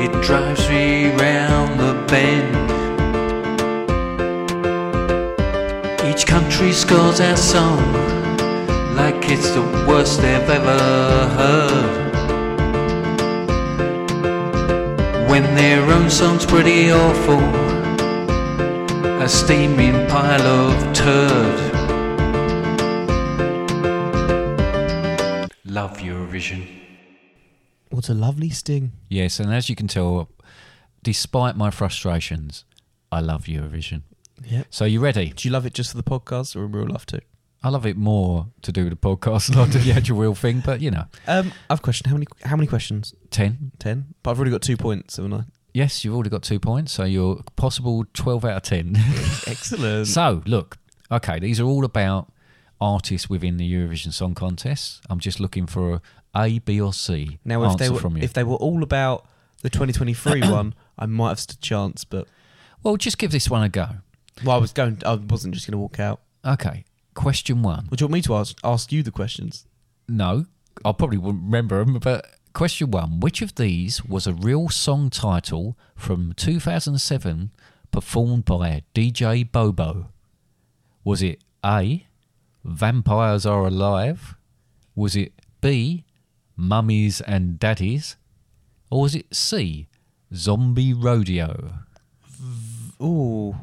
Speaker 3: it drives me round the bend. Each country scores our song like it's the worst they've ever heard. when their own song's pretty awful. A steaming pile of turd. Love Eurovision.
Speaker 1: What a lovely sting.
Speaker 2: Yes, and as you can tell, despite my frustrations, I love Eurovision.
Speaker 1: Yep.
Speaker 2: So you ready?
Speaker 1: Do you love it just for the podcast or in real life too?
Speaker 2: I love it more to do with the podcast [LAUGHS] than I do the actual real thing, but you know,
Speaker 1: Um, I've questioned how many how many questions?
Speaker 2: ten.
Speaker 1: Ten. But I've already got two points, haven't
Speaker 2: [LAUGHS]
Speaker 1: I?
Speaker 2: Yes, you've already got two points, so you're possible twelve out of ten. [LAUGHS]
Speaker 1: Excellent.
Speaker 2: so look, okay, these are all about artists within the Eurovision Song Contest. I'm just looking for a A, B, or C
Speaker 1: Now,
Speaker 2: answer
Speaker 1: if they were
Speaker 2: from you.
Speaker 1: if they were all about the
Speaker 2: [CLEARS THROAT]
Speaker 1: 2023 one, I might have stood a chance, but
Speaker 2: well, just give this one a go.
Speaker 1: well, I was going. I wasn't just going to walk out.
Speaker 2: Okay, question one.
Speaker 1: Would you want me to ask ask you the questions?
Speaker 2: No, I probably wouldn't remember them. But question one: Which of these was a real song title from 2007 performed by DJ Bobo? Was it A. Vampires Are Alive? Was it B. Mummies and Daddies? Or was it C. Zombie Rodeo?
Speaker 1: Ooh,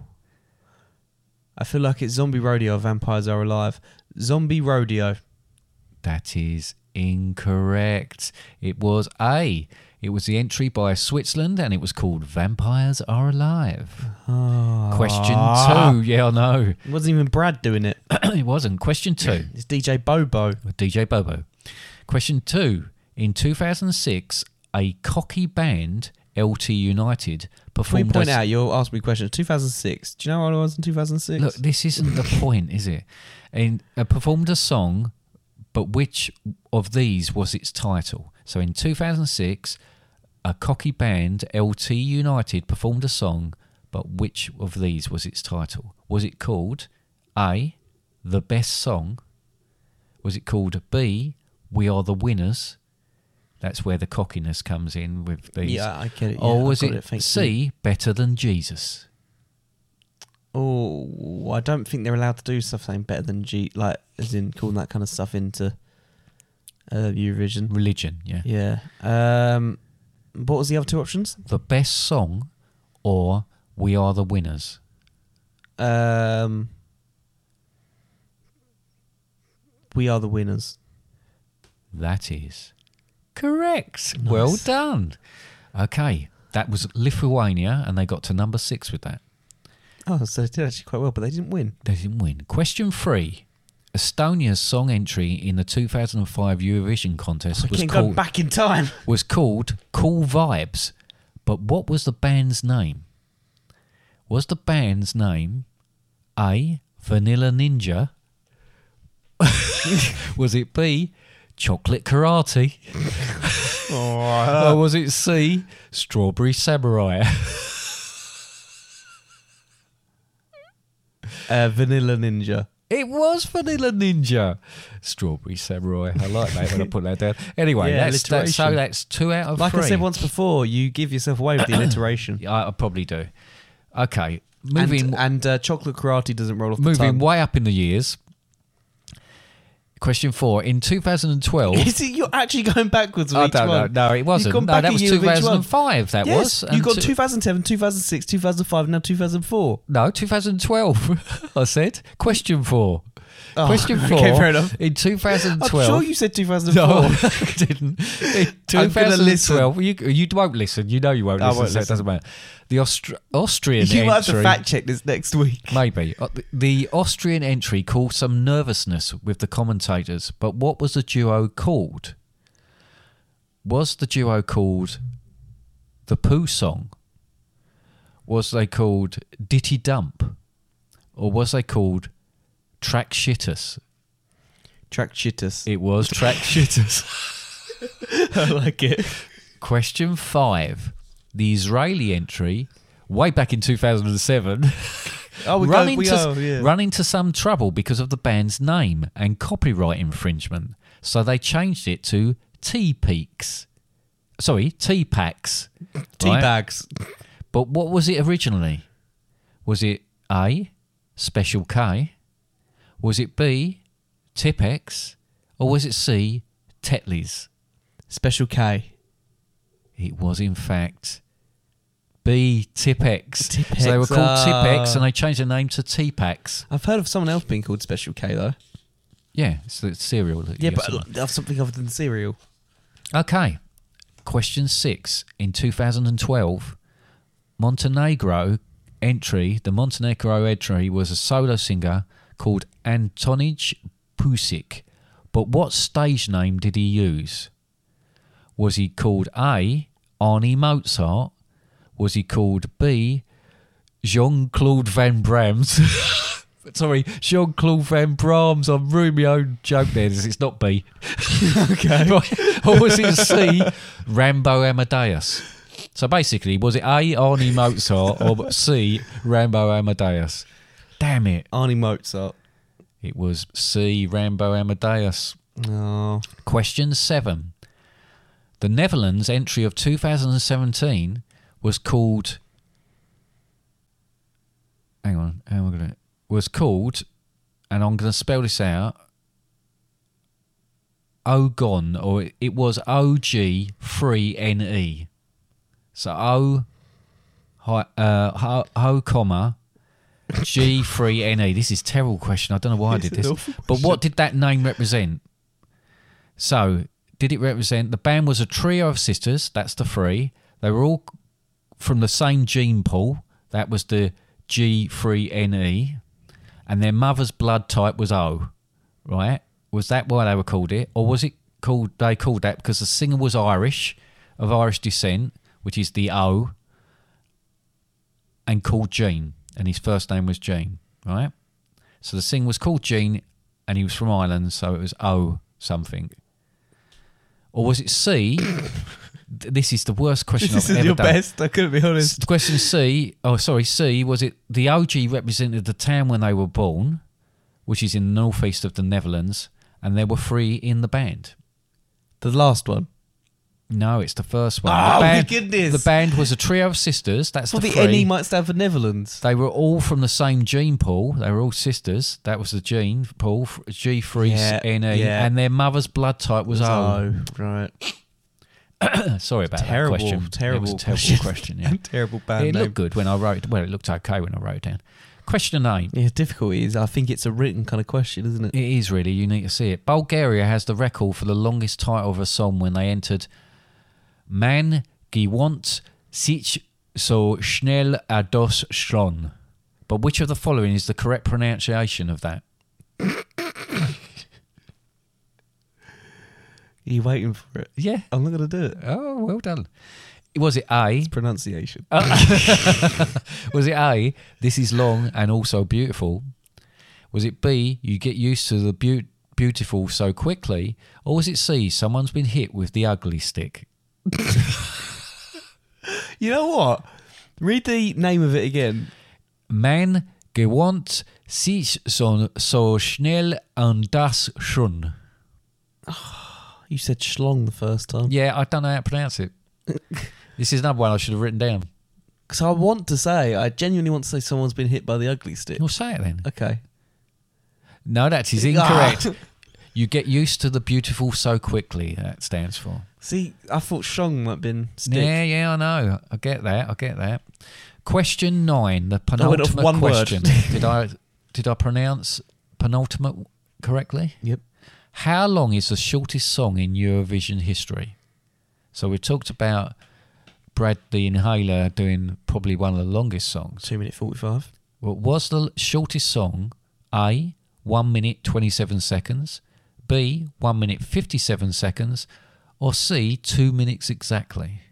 Speaker 1: I feel like it's Zombie Rodeo. Vampires are alive. Zombie Rodeo.
Speaker 2: That is incorrect. It was A. It was the entry by Switzerland and it was called Vampires Are Alive.
Speaker 1: Ah.
Speaker 2: Question two. Yeah, I know. [CLEARS THROAT]
Speaker 1: It wasn't even Brad doing it.
Speaker 2: it wasn't. Question two
Speaker 1: It's DJ Bobo.
Speaker 2: with DJ Bobo. Question two. In 2006, a cocky band, LT United,
Speaker 1: Can
Speaker 2: performed.
Speaker 1: we point
Speaker 2: a-
Speaker 1: out you'll ask me questions. 2006. Do you know what I was in 2006?
Speaker 2: Look, this isn't the point, is it? And uh, performed a song, but which of these was its title? So in 2006, a cocky band, LT United, performed a song, but which of these was its title? Was it called A, The Best Song? Was it called B, We Are the Winners? That's where the cockiness comes in with these.
Speaker 1: Yeah, I get it,
Speaker 2: Or
Speaker 1: yeah, I
Speaker 2: Oh, was
Speaker 1: got
Speaker 2: it,
Speaker 1: it, thank you.
Speaker 2: C, Better Than Jesus?
Speaker 1: Oh, I don't think they're allowed to do stuff saying better than G, like as in calling that kind of stuff into uh, Eurovision.
Speaker 2: Religion, yeah.
Speaker 1: Yeah. Um, what was the other two options?
Speaker 2: the best song or we are the winners
Speaker 1: Um, we are the winners.
Speaker 2: that is correct well done okay that was lithuania and they got to number six with that
Speaker 1: Oh, so they did actually quite well, but they didn't win.
Speaker 2: they didn't win question three estonia's song entry in the 2005 eurovision contest
Speaker 1: We
Speaker 2: was
Speaker 1: can't go
Speaker 2: called,
Speaker 1: back in
Speaker 2: [LAUGHS]
Speaker 1: time.
Speaker 2: was called cool vibes but what was the band's name was the band's name a vanilla ninja [LAUGHS] was it b chocolate karate
Speaker 1: [LAUGHS]
Speaker 2: or was it C, Strawberry Samurai? [LAUGHS]
Speaker 1: Uh, Vanilla Ninja.
Speaker 2: it was Vanilla Ninja. Strawberry Samurai. I like that when I put that down. Anyway,
Speaker 1: Yeah,
Speaker 2: that's, that's so
Speaker 1: alliteration.
Speaker 2: that's two out of
Speaker 1: Like
Speaker 2: three.
Speaker 1: I said once before, you give yourself away with
Speaker 2: [COUGHS]
Speaker 1: the alliteration.
Speaker 2: Yeah, I, I probably do. Okay, moving
Speaker 1: And, and uh, chocolate karate doesn't roll off the
Speaker 2: moving
Speaker 1: tongue.
Speaker 2: way up in the years. Question four.
Speaker 1: [LAUGHS]
Speaker 2: In 2012,
Speaker 1: Is it, Oh, you're actually going backwards with
Speaker 2: I
Speaker 1: each
Speaker 2: don't know.
Speaker 1: one.
Speaker 2: No, it
Speaker 1: You've
Speaker 2: wasn't.
Speaker 1: gone
Speaker 2: No,
Speaker 1: back
Speaker 2: that
Speaker 1: a
Speaker 2: was
Speaker 1: year with each one.
Speaker 2: 2005, that
Speaker 1: yes,
Speaker 2: was.
Speaker 1: you
Speaker 2: And
Speaker 1: got
Speaker 2: two-
Speaker 1: 2007, 2006, 2005, now 2004.
Speaker 2: No, 2012. [LAUGHS] I said. Question four.
Speaker 1: Oh,
Speaker 2: Question four.
Speaker 1: okay, fair enough.
Speaker 2: In 2012.
Speaker 1: I'm sure you said 2004. [LAUGHS]
Speaker 2: [LAUGHS] no, [LAUGHS] I didn't. In
Speaker 1: I'm gonna
Speaker 2: 2012. You, you won't listen. You know you won't
Speaker 1: I
Speaker 2: listen,
Speaker 1: won't
Speaker 2: so it
Speaker 1: listen.
Speaker 2: doesn't matter. The Austra- Austrian
Speaker 1: you might have to
Speaker 2: entry.
Speaker 1: fact check this next week.
Speaker 2: Maybe. Uh, th- The Austrian entry caused some nervousness with the commentators, but what was the duo called? Was the duo called the Pooh Song? Was they called Ditty Dump? Or was they called Track Shittus?
Speaker 1: Track shitters.
Speaker 2: It was [LAUGHS] Track Shittus.
Speaker 1: [LAUGHS] I like it.
Speaker 2: Question five. The Israeli entry, way back in 2007,
Speaker 1: Oh, we
Speaker 2: run,
Speaker 1: go, we
Speaker 2: into,
Speaker 1: are, yeah.
Speaker 2: run into some trouble because of the band's name and copyright infringement. So they changed it to Tea Peaks. Sorry, Tea Packs.
Speaker 1: Tea
Speaker 2: right?
Speaker 1: bags.
Speaker 2: But what was it originally? Was it A, Special K? Was it B, Tipex? Or was it C, Tetley's?
Speaker 1: Special K.
Speaker 2: It was, in fact, B. Tipex.
Speaker 1: Tipex,
Speaker 2: So they were called
Speaker 1: ah.
Speaker 2: Tipex and they changed the name to Teapax.
Speaker 1: I've heard of someone else being called Special K, though.
Speaker 2: Yeah, it's the cereal. that
Speaker 1: Yeah,
Speaker 2: you
Speaker 1: but
Speaker 2: sort
Speaker 1: like, of something other than cereal.
Speaker 2: of- Okay. Question six. In 2012, Montenegro entry, the Montenegro entry was a solo singer called Antonij Pusic. But what stage name did he use? Was he called A. Arnie Mozart? Was he called B. Jean Claude Van Brams? [LAUGHS] Sorry, Jean Claude Van Brahms. I'm ruining my own joke there. It's it's not B. [LAUGHS] okay. or was it C. Rambo Amadeus? So basically, was it A. Arnie Mozart or [LAUGHS] C. Rambo Amadeus? Damn it.
Speaker 1: Arnie Mozart.
Speaker 2: It was C. Rambo Amadeus.
Speaker 1: No.
Speaker 2: Question seven. The Netherlands entry of 2017 was called. Hang on, how am I going to. Was called, and I'm going to spell this out. Ogon, or it- it was O G three N E. So O, hi, uh, ho, ho comma, G three N E. This is terrible question. I don't know why I did this. But what did that name represent? So, did it represent the band was a trio of sisters? That's the three. They were all from the same gene pool. That was the G3NE, E, and their mother's blood type was O. Right? Was that why they were called it, or was it called they called that because the singer was Irish, of Irish descent, which is the O, and called Gene, and his first name was Gene. Right? So the singer was called Gene, and he was from Ireland, so it was O something. Or was it C? [COUGHS] Th- this is the worst
Speaker 1: [LAUGHS]
Speaker 2: question
Speaker 1: This
Speaker 2: I've
Speaker 1: is
Speaker 2: ever
Speaker 1: your
Speaker 2: done.
Speaker 1: best. I couldn't be honest.
Speaker 2: S- Question C. Oh, sorry, C. Was it the OG represented the town when they were born, which is in the northeast of the Netherlands, and there were three in the band.
Speaker 1: The last one.
Speaker 2: No, it's the first one.
Speaker 1: Oh,
Speaker 2: the
Speaker 1: my
Speaker 2: band,
Speaker 1: goodness.
Speaker 2: The band was a trio of sisters. That's
Speaker 1: Well,
Speaker 2: the
Speaker 1: the
Speaker 2: three.
Speaker 1: NE might stand for Netherlands.
Speaker 2: They were all from the same gene pool. They were all sisters. That was the gene pool, G3NE,
Speaker 1: Yeah, yeah.
Speaker 2: E, and their mother's blood type was O.
Speaker 1: Oh. right.
Speaker 2: [LAUGHS] Sorry about
Speaker 1: Terrible,
Speaker 2: that question.
Speaker 1: terrible,
Speaker 2: it was a terrible
Speaker 1: [LAUGHS]
Speaker 2: question. yeah.
Speaker 1: terrible band
Speaker 2: it
Speaker 1: name.
Speaker 2: looked good when I wrote. Well, it looked okay when I wrote it down. Question nine.
Speaker 1: Yeah, difficulty is I think it's a written kind of question, isn't it?
Speaker 2: It is really. You need to see it. Bulgaria has the record for the longest title of a song when they entered Man gewant sich so schnell a dos schon. But which of the following is the correct pronunciation of that?
Speaker 1: Are you waiting for it?
Speaker 2: Yeah.
Speaker 1: I'm not going to do it.
Speaker 2: Oh, well done. Was it A?
Speaker 1: Pronunciation.
Speaker 2: Was it A? This is long and also beautiful. Was it B? You get used to the beau- beautiful so quickly, or was it C? Someone's been hit with the ugly stick.
Speaker 1: You know what? Read the name of it again.
Speaker 2: Man gewant sich so, so schnell und das schon.
Speaker 1: You said schlong the first time.
Speaker 2: Yeah, I don't know how to pronounce
Speaker 1: [LAUGHS]
Speaker 2: it. this is another one I should have written down.
Speaker 1: Because I want to say, I genuinely want to say someone's been hit by the ugly stick.
Speaker 2: Well, say it then.
Speaker 1: Okay.
Speaker 2: No, that
Speaker 1: [LAUGHS] Ah.
Speaker 2: is incorrect. you get used to the beautiful so quickly, that stands for.
Speaker 1: See, I thought schlong might have been stick.
Speaker 2: Yeah, yeah, I know. I get that. I get that. Question nine, the
Speaker 1: I went off
Speaker 2: penultimate
Speaker 1: one word.
Speaker 2: question. did I did I pronounce penultimate correctly?
Speaker 1: Yep.
Speaker 2: How long is the shortest song in Eurovision history? So we talked about Brad the Inhaler doing probably one of the longest songs.
Speaker 1: Two minute 45.
Speaker 2: Well, was the shortest song A, 1 minute 27 seconds, B, 1 minute 57 seconds, or C, 2 minutes exactly?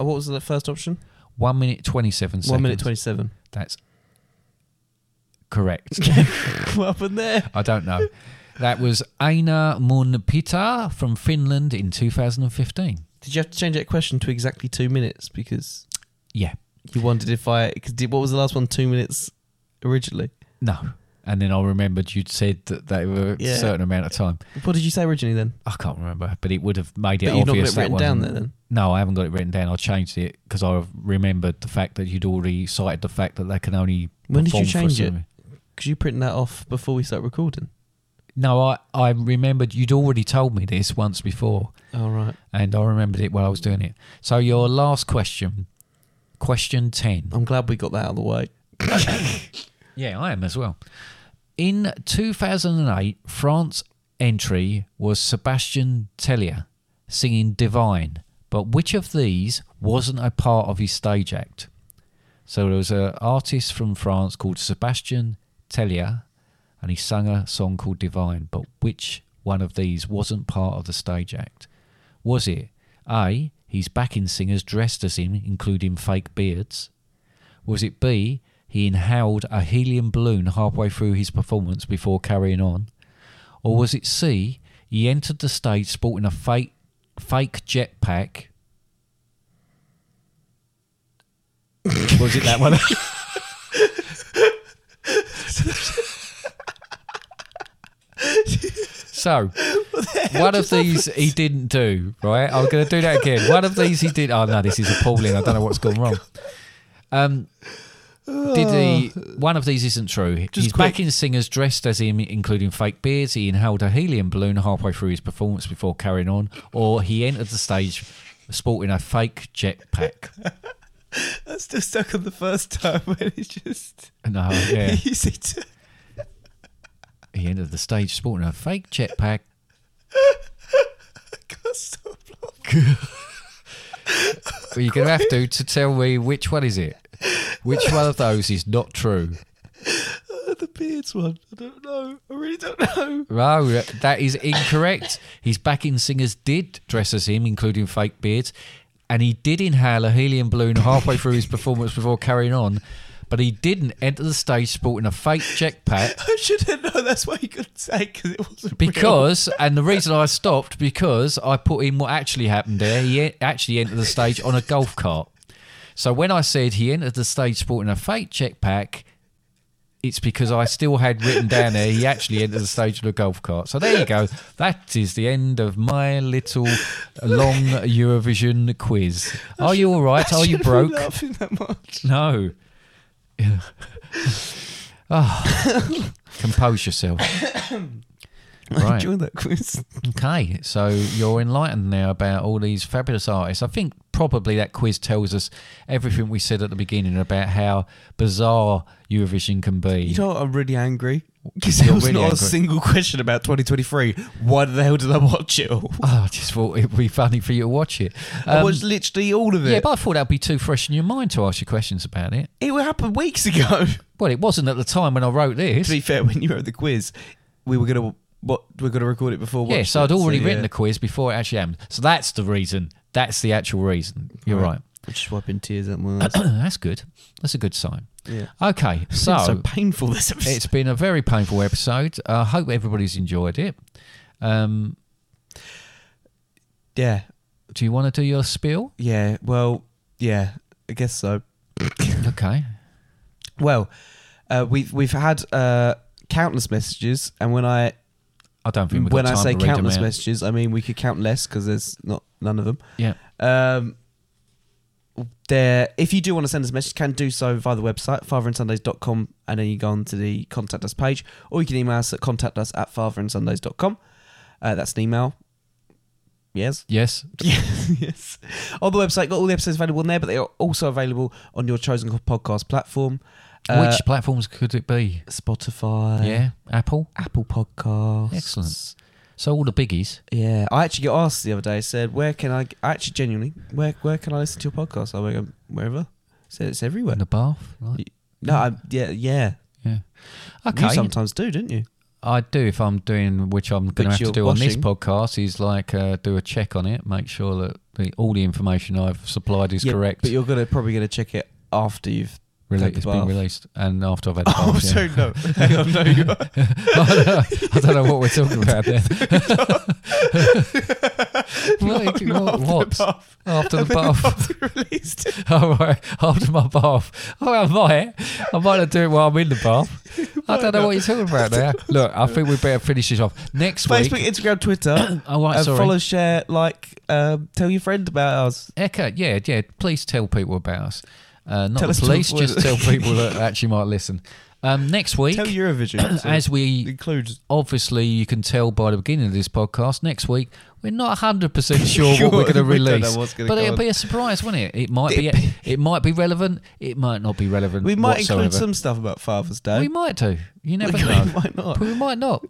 Speaker 1: Oh, what was the first option?
Speaker 2: 1 minute 27 seconds.
Speaker 1: One minute 27.
Speaker 2: That's correct.
Speaker 1: [LAUGHS]
Speaker 2: [LAUGHS]
Speaker 1: what happened there?
Speaker 2: I don't know. That was Einar Munpita from Finland in 2015.
Speaker 1: Did you have to change that question to exactly two minutes? Because
Speaker 2: Yeah.
Speaker 1: you wondered if I. Cause did, what was the last one? Two minutes originally.
Speaker 2: No. And then I remembered you'd said that they were
Speaker 1: Yeah.
Speaker 2: a certain amount of time.
Speaker 1: What did you say originally then?
Speaker 2: I can't remember, but it would have made it
Speaker 1: But you've not got
Speaker 2: obvious
Speaker 1: it
Speaker 2: that
Speaker 1: written
Speaker 2: wasn't-
Speaker 1: down there then?
Speaker 2: No, I haven't got it written down. I changed it because I remembered the fact that you'd already cited the fact that they can only.
Speaker 1: When did you
Speaker 2: perform for a
Speaker 1: change it?
Speaker 2: certain-
Speaker 1: Because you printed that off before we start recording.
Speaker 2: No, I, I remembered you'd already told me this once before.
Speaker 1: All Oh, right.
Speaker 2: and I remembered it while I was doing it. So your last question, question ten.
Speaker 1: I'm glad we got that out of the way.
Speaker 2: Yeah, I am as well. In 2008, France entry was Sebastian Tellier singing Divine, but which of these wasn't a part of his stage act? So there was an artist from France called Sebastian Tellier, and he sang a song called Divine, but which one of these wasn't part of the stage act? Was it A, his backing singers dressed as him, including fake beards? Was it B, he inhaled a helium balloon halfway through his performance before carrying on? Or was it C, he entered the stage sporting a fake, fake jetpack? was it that one? [LAUGHS] so, one of these he didn't do, right? I'm going to do that again. One of these he did. Oh, no, this is appalling. I don't know what's gone wrong. Um, did he? One of these isn't true. His
Speaker 1: quick.
Speaker 2: backing singers dressed as him, including fake beards. He inhaled a helium balloon halfway through his performance before carrying on, or he entered the stage sporting a fake jetpack.
Speaker 1: I'm still stuck on the first time when it's just
Speaker 2: No,
Speaker 1: [LAUGHS]
Speaker 2: yeah.
Speaker 1: easy to.
Speaker 2: [LAUGHS] He entered the stage sporting a fake jetpack But you're going to have to to tell me which one is it. Which one of those is not true?
Speaker 1: the beards one. I don't know. I really don't know.
Speaker 2: No, that is incorrect. His backing singers did dress as him, including fake beards, and he did inhale a helium balloon halfway through his performance before carrying on. But he didn't enter the stage sporting a fake check pack
Speaker 1: I should have known that's why you couldn't say because it wasn't real. [LAUGHS]
Speaker 2: because, and the reason I stopped because I put in what actually happened there. He e- actually entered the stage on a golf cart. So when I said he entered the stage sporting a fake check pack, it's because I still had written down there he actually entered the stage on a golf cart. So there you go. That is the end of my little long Eurovision quiz. Are you all right?
Speaker 1: I
Speaker 2: Are you
Speaker 1: shouldn't have been Laughing
Speaker 2: broke?
Speaker 1: that much.
Speaker 2: No. Yeah. oh, compose yourself.
Speaker 1: I
Speaker 2: [LAUGHS] Right.
Speaker 1: enjoyed that quiz.
Speaker 2: Okay, so you're enlightened now about all these fabulous artists. I think probably that quiz tells us everything we said at the beginning about how bizarre Eurovision can be.
Speaker 1: You know what? I'm really angry because there was
Speaker 2: really
Speaker 1: not a
Speaker 2: angry.
Speaker 1: single question about 2023. Why the hell did I watch it all?
Speaker 2: [LAUGHS] Oh, I just thought it'd be funny for you to watch it.
Speaker 1: I
Speaker 2: Um,
Speaker 1: watched literally all of it.
Speaker 2: yeah, but I thought that'd be too fresh in your mind to ask you questions about it.
Speaker 1: it happened weeks ago. [LAUGHS]
Speaker 2: Well, it wasn't at the time when I wrote this.
Speaker 1: to be fair, [LAUGHS] when you wrote the quiz, we were gonna what we were gonna record it before.
Speaker 2: Yeah,
Speaker 1: watching
Speaker 2: so I'd
Speaker 1: it,
Speaker 2: already written
Speaker 1: yeah.
Speaker 2: the quiz before it actually happened. So that's the reason. That's the actual reason. You're right.
Speaker 1: Which is wiping tears at
Speaker 2: [COUGHS]
Speaker 1: my eyes.
Speaker 2: [CLEARS THROAT] that's good. That's a good sign.
Speaker 1: yeah.
Speaker 2: Okay,
Speaker 1: [LAUGHS] It's so painful this episode.
Speaker 2: It's been a very painful episode. I hope everybody's enjoyed it. Um,
Speaker 1: yeah,
Speaker 2: do you want to do
Speaker 1: [LAUGHS]
Speaker 2: your spiel?
Speaker 1: yeah. Well, yeah. I guess so.
Speaker 2: Okay.
Speaker 1: Well, uh, we've we've had uh, countless messages, and when I
Speaker 2: I don't think we've
Speaker 1: when
Speaker 2: got
Speaker 1: I
Speaker 2: time
Speaker 1: say
Speaker 2: to read them
Speaker 1: countless
Speaker 2: out.
Speaker 1: messages, I mean we could count less because there's not none of them.
Speaker 2: Yeah.
Speaker 1: Um, there, if you do want to send us a message, you can do so via the website, fatherandsundays.com, and then you go on to the contact us page, or you can email us at contact us at fatherandsundays.com. Uh, that's an email.
Speaker 2: [LAUGHS]
Speaker 1: Yes.
Speaker 2: Yes.
Speaker 1: Yes, yes. On the website, got all the episodes available on there, but they are also available on your chosen podcast platform. Uh,
Speaker 2: Which platforms could it be?
Speaker 1: Spotify,
Speaker 2: yeah. Apple.
Speaker 1: Apple Podcasts.
Speaker 2: Excellent. So all the biggies.
Speaker 1: Yeah, I actually got asked the other day. Said, "Where can I I actually genuinely where where can I listen to your podcast?" I went um, wherever. Said it's everywhere.
Speaker 2: In the bath. Right.
Speaker 1: No, I, yeah, yeah.
Speaker 2: Yeah. Okay.
Speaker 1: You sometimes do, don't you?
Speaker 2: I do if I'm doing, which I'm
Speaker 1: Which
Speaker 2: going to have to
Speaker 1: you're
Speaker 2: do on this
Speaker 1: washing.
Speaker 2: podcast, is like uh, do a check on it, make sure that the, all the information I've supplied is
Speaker 1: yeah,
Speaker 2: correct.
Speaker 1: But you're gonna probably gonna check it after you've
Speaker 2: Rele-
Speaker 1: had the
Speaker 2: it's
Speaker 1: bath.
Speaker 2: been released, and after I've had. the
Speaker 1: [LAUGHS] Oh,
Speaker 2: bath, yeah.
Speaker 1: sorry, no. Hang on, no,
Speaker 2: [LAUGHS]
Speaker 1: you
Speaker 2: I, don't know, I don't know what we're talking
Speaker 1: [LAUGHS]
Speaker 2: about there. What? what?
Speaker 1: [LAUGHS]
Speaker 2: After the bath.
Speaker 1: after released. it.
Speaker 2: [LAUGHS] All right, after my bath. Oh, I might. I might not do it while I'm in the
Speaker 1: [LAUGHS]
Speaker 2: bath. I don't know what you're talking about now. Look, I think we better finish this off. Next
Speaker 1: Facebook,
Speaker 2: week.
Speaker 1: Instagram,
Speaker 2: [COUGHS]
Speaker 1: Twitter.
Speaker 2: Oh, right,
Speaker 1: Uh,
Speaker 2: sorry.
Speaker 1: follow, share, like, um, tell your friend about us.
Speaker 2: Echo, yeah, yeah. Please tell people about us. Uh, not
Speaker 1: Tell
Speaker 2: the
Speaker 1: us to
Speaker 2: police,
Speaker 1: avoid [LAUGHS]
Speaker 2: just
Speaker 1: it.
Speaker 2: tell people that actually might listen. Um, next week,
Speaker 1: Tell
Speaker 2: [CLEARS THROAT] [COUGHS]
Speaker 1: Eurovision so
Speaker 2: as we
Speaker 1: include.
Speaker 2: obviously you can tell by the beginning of this podcast next week we're
Speaker 1: [LAUGHS]
Speaker 2: not 100% sure what we're going to
Speaker 1: We don't know
Speaker 2: release
Speaker 1: what's gonna
Speaker 2: but
Speaker 1: go
Speaker 2: it'll
Speaker 1: on.
Speaker 2: be a surprise won't it it might be it might be relevant it might not be relevant
Speaker 1: We might
Speaker 2: whatsoever.
Speaker 1: include some stuff about Father's Day.
Speaker 2: we might do you never
Speaker 1: [LAUGHS] We
Speaker 2: know
Speaker 1: might not.
Speaker 2: But we
Speaker 1: [LAUGHS]
Speaker 2: might not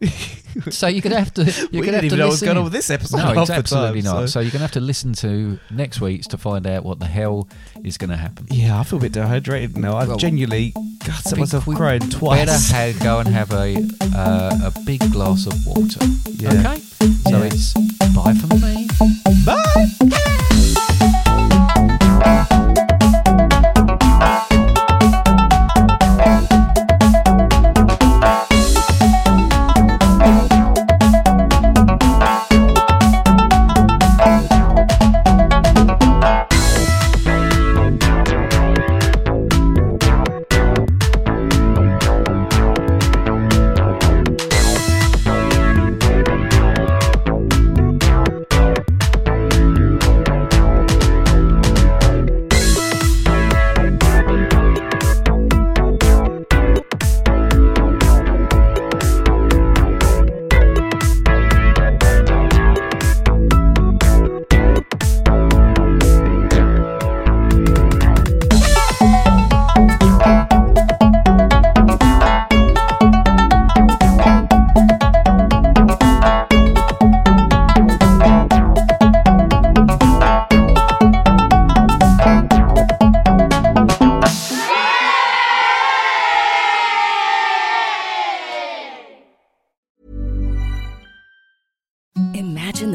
Speaker 2: so you're going to have to you're
Speaker 1: We
Speaker 2: going to
Speaker 1: didn't
Speaker 2: have to
Speaker 1: even know what's
Speaker 2: listen
Speaker 1: going
Speaker 2: in.
Speaker 1: on with this episode half
Speaker 2: no
Speaker 1: the
Speaker 2: it's absolutely
Speaker 1: time,
Speaker 2: not so.
Speaker 1: so-
Speaker 2: you're going to have to listen to next week's to find out what the hell is going to happen
Speaker 1: Yeah, I feel a bit dehydrated now. I've
Speaker 2: Well,
Speaker 1: genuinely got set myself
Speaker 2: we
Speaker 1: crying twice.
Speaker 2: better ha- go and have a uh, a big glass of water
Speaker 1: Yeah.
Speaker 2: okay so
Speaker 1: Yeah.
Speaker 2: it's bye from me
Speaker 1: Bye!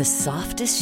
Speaker 7: softest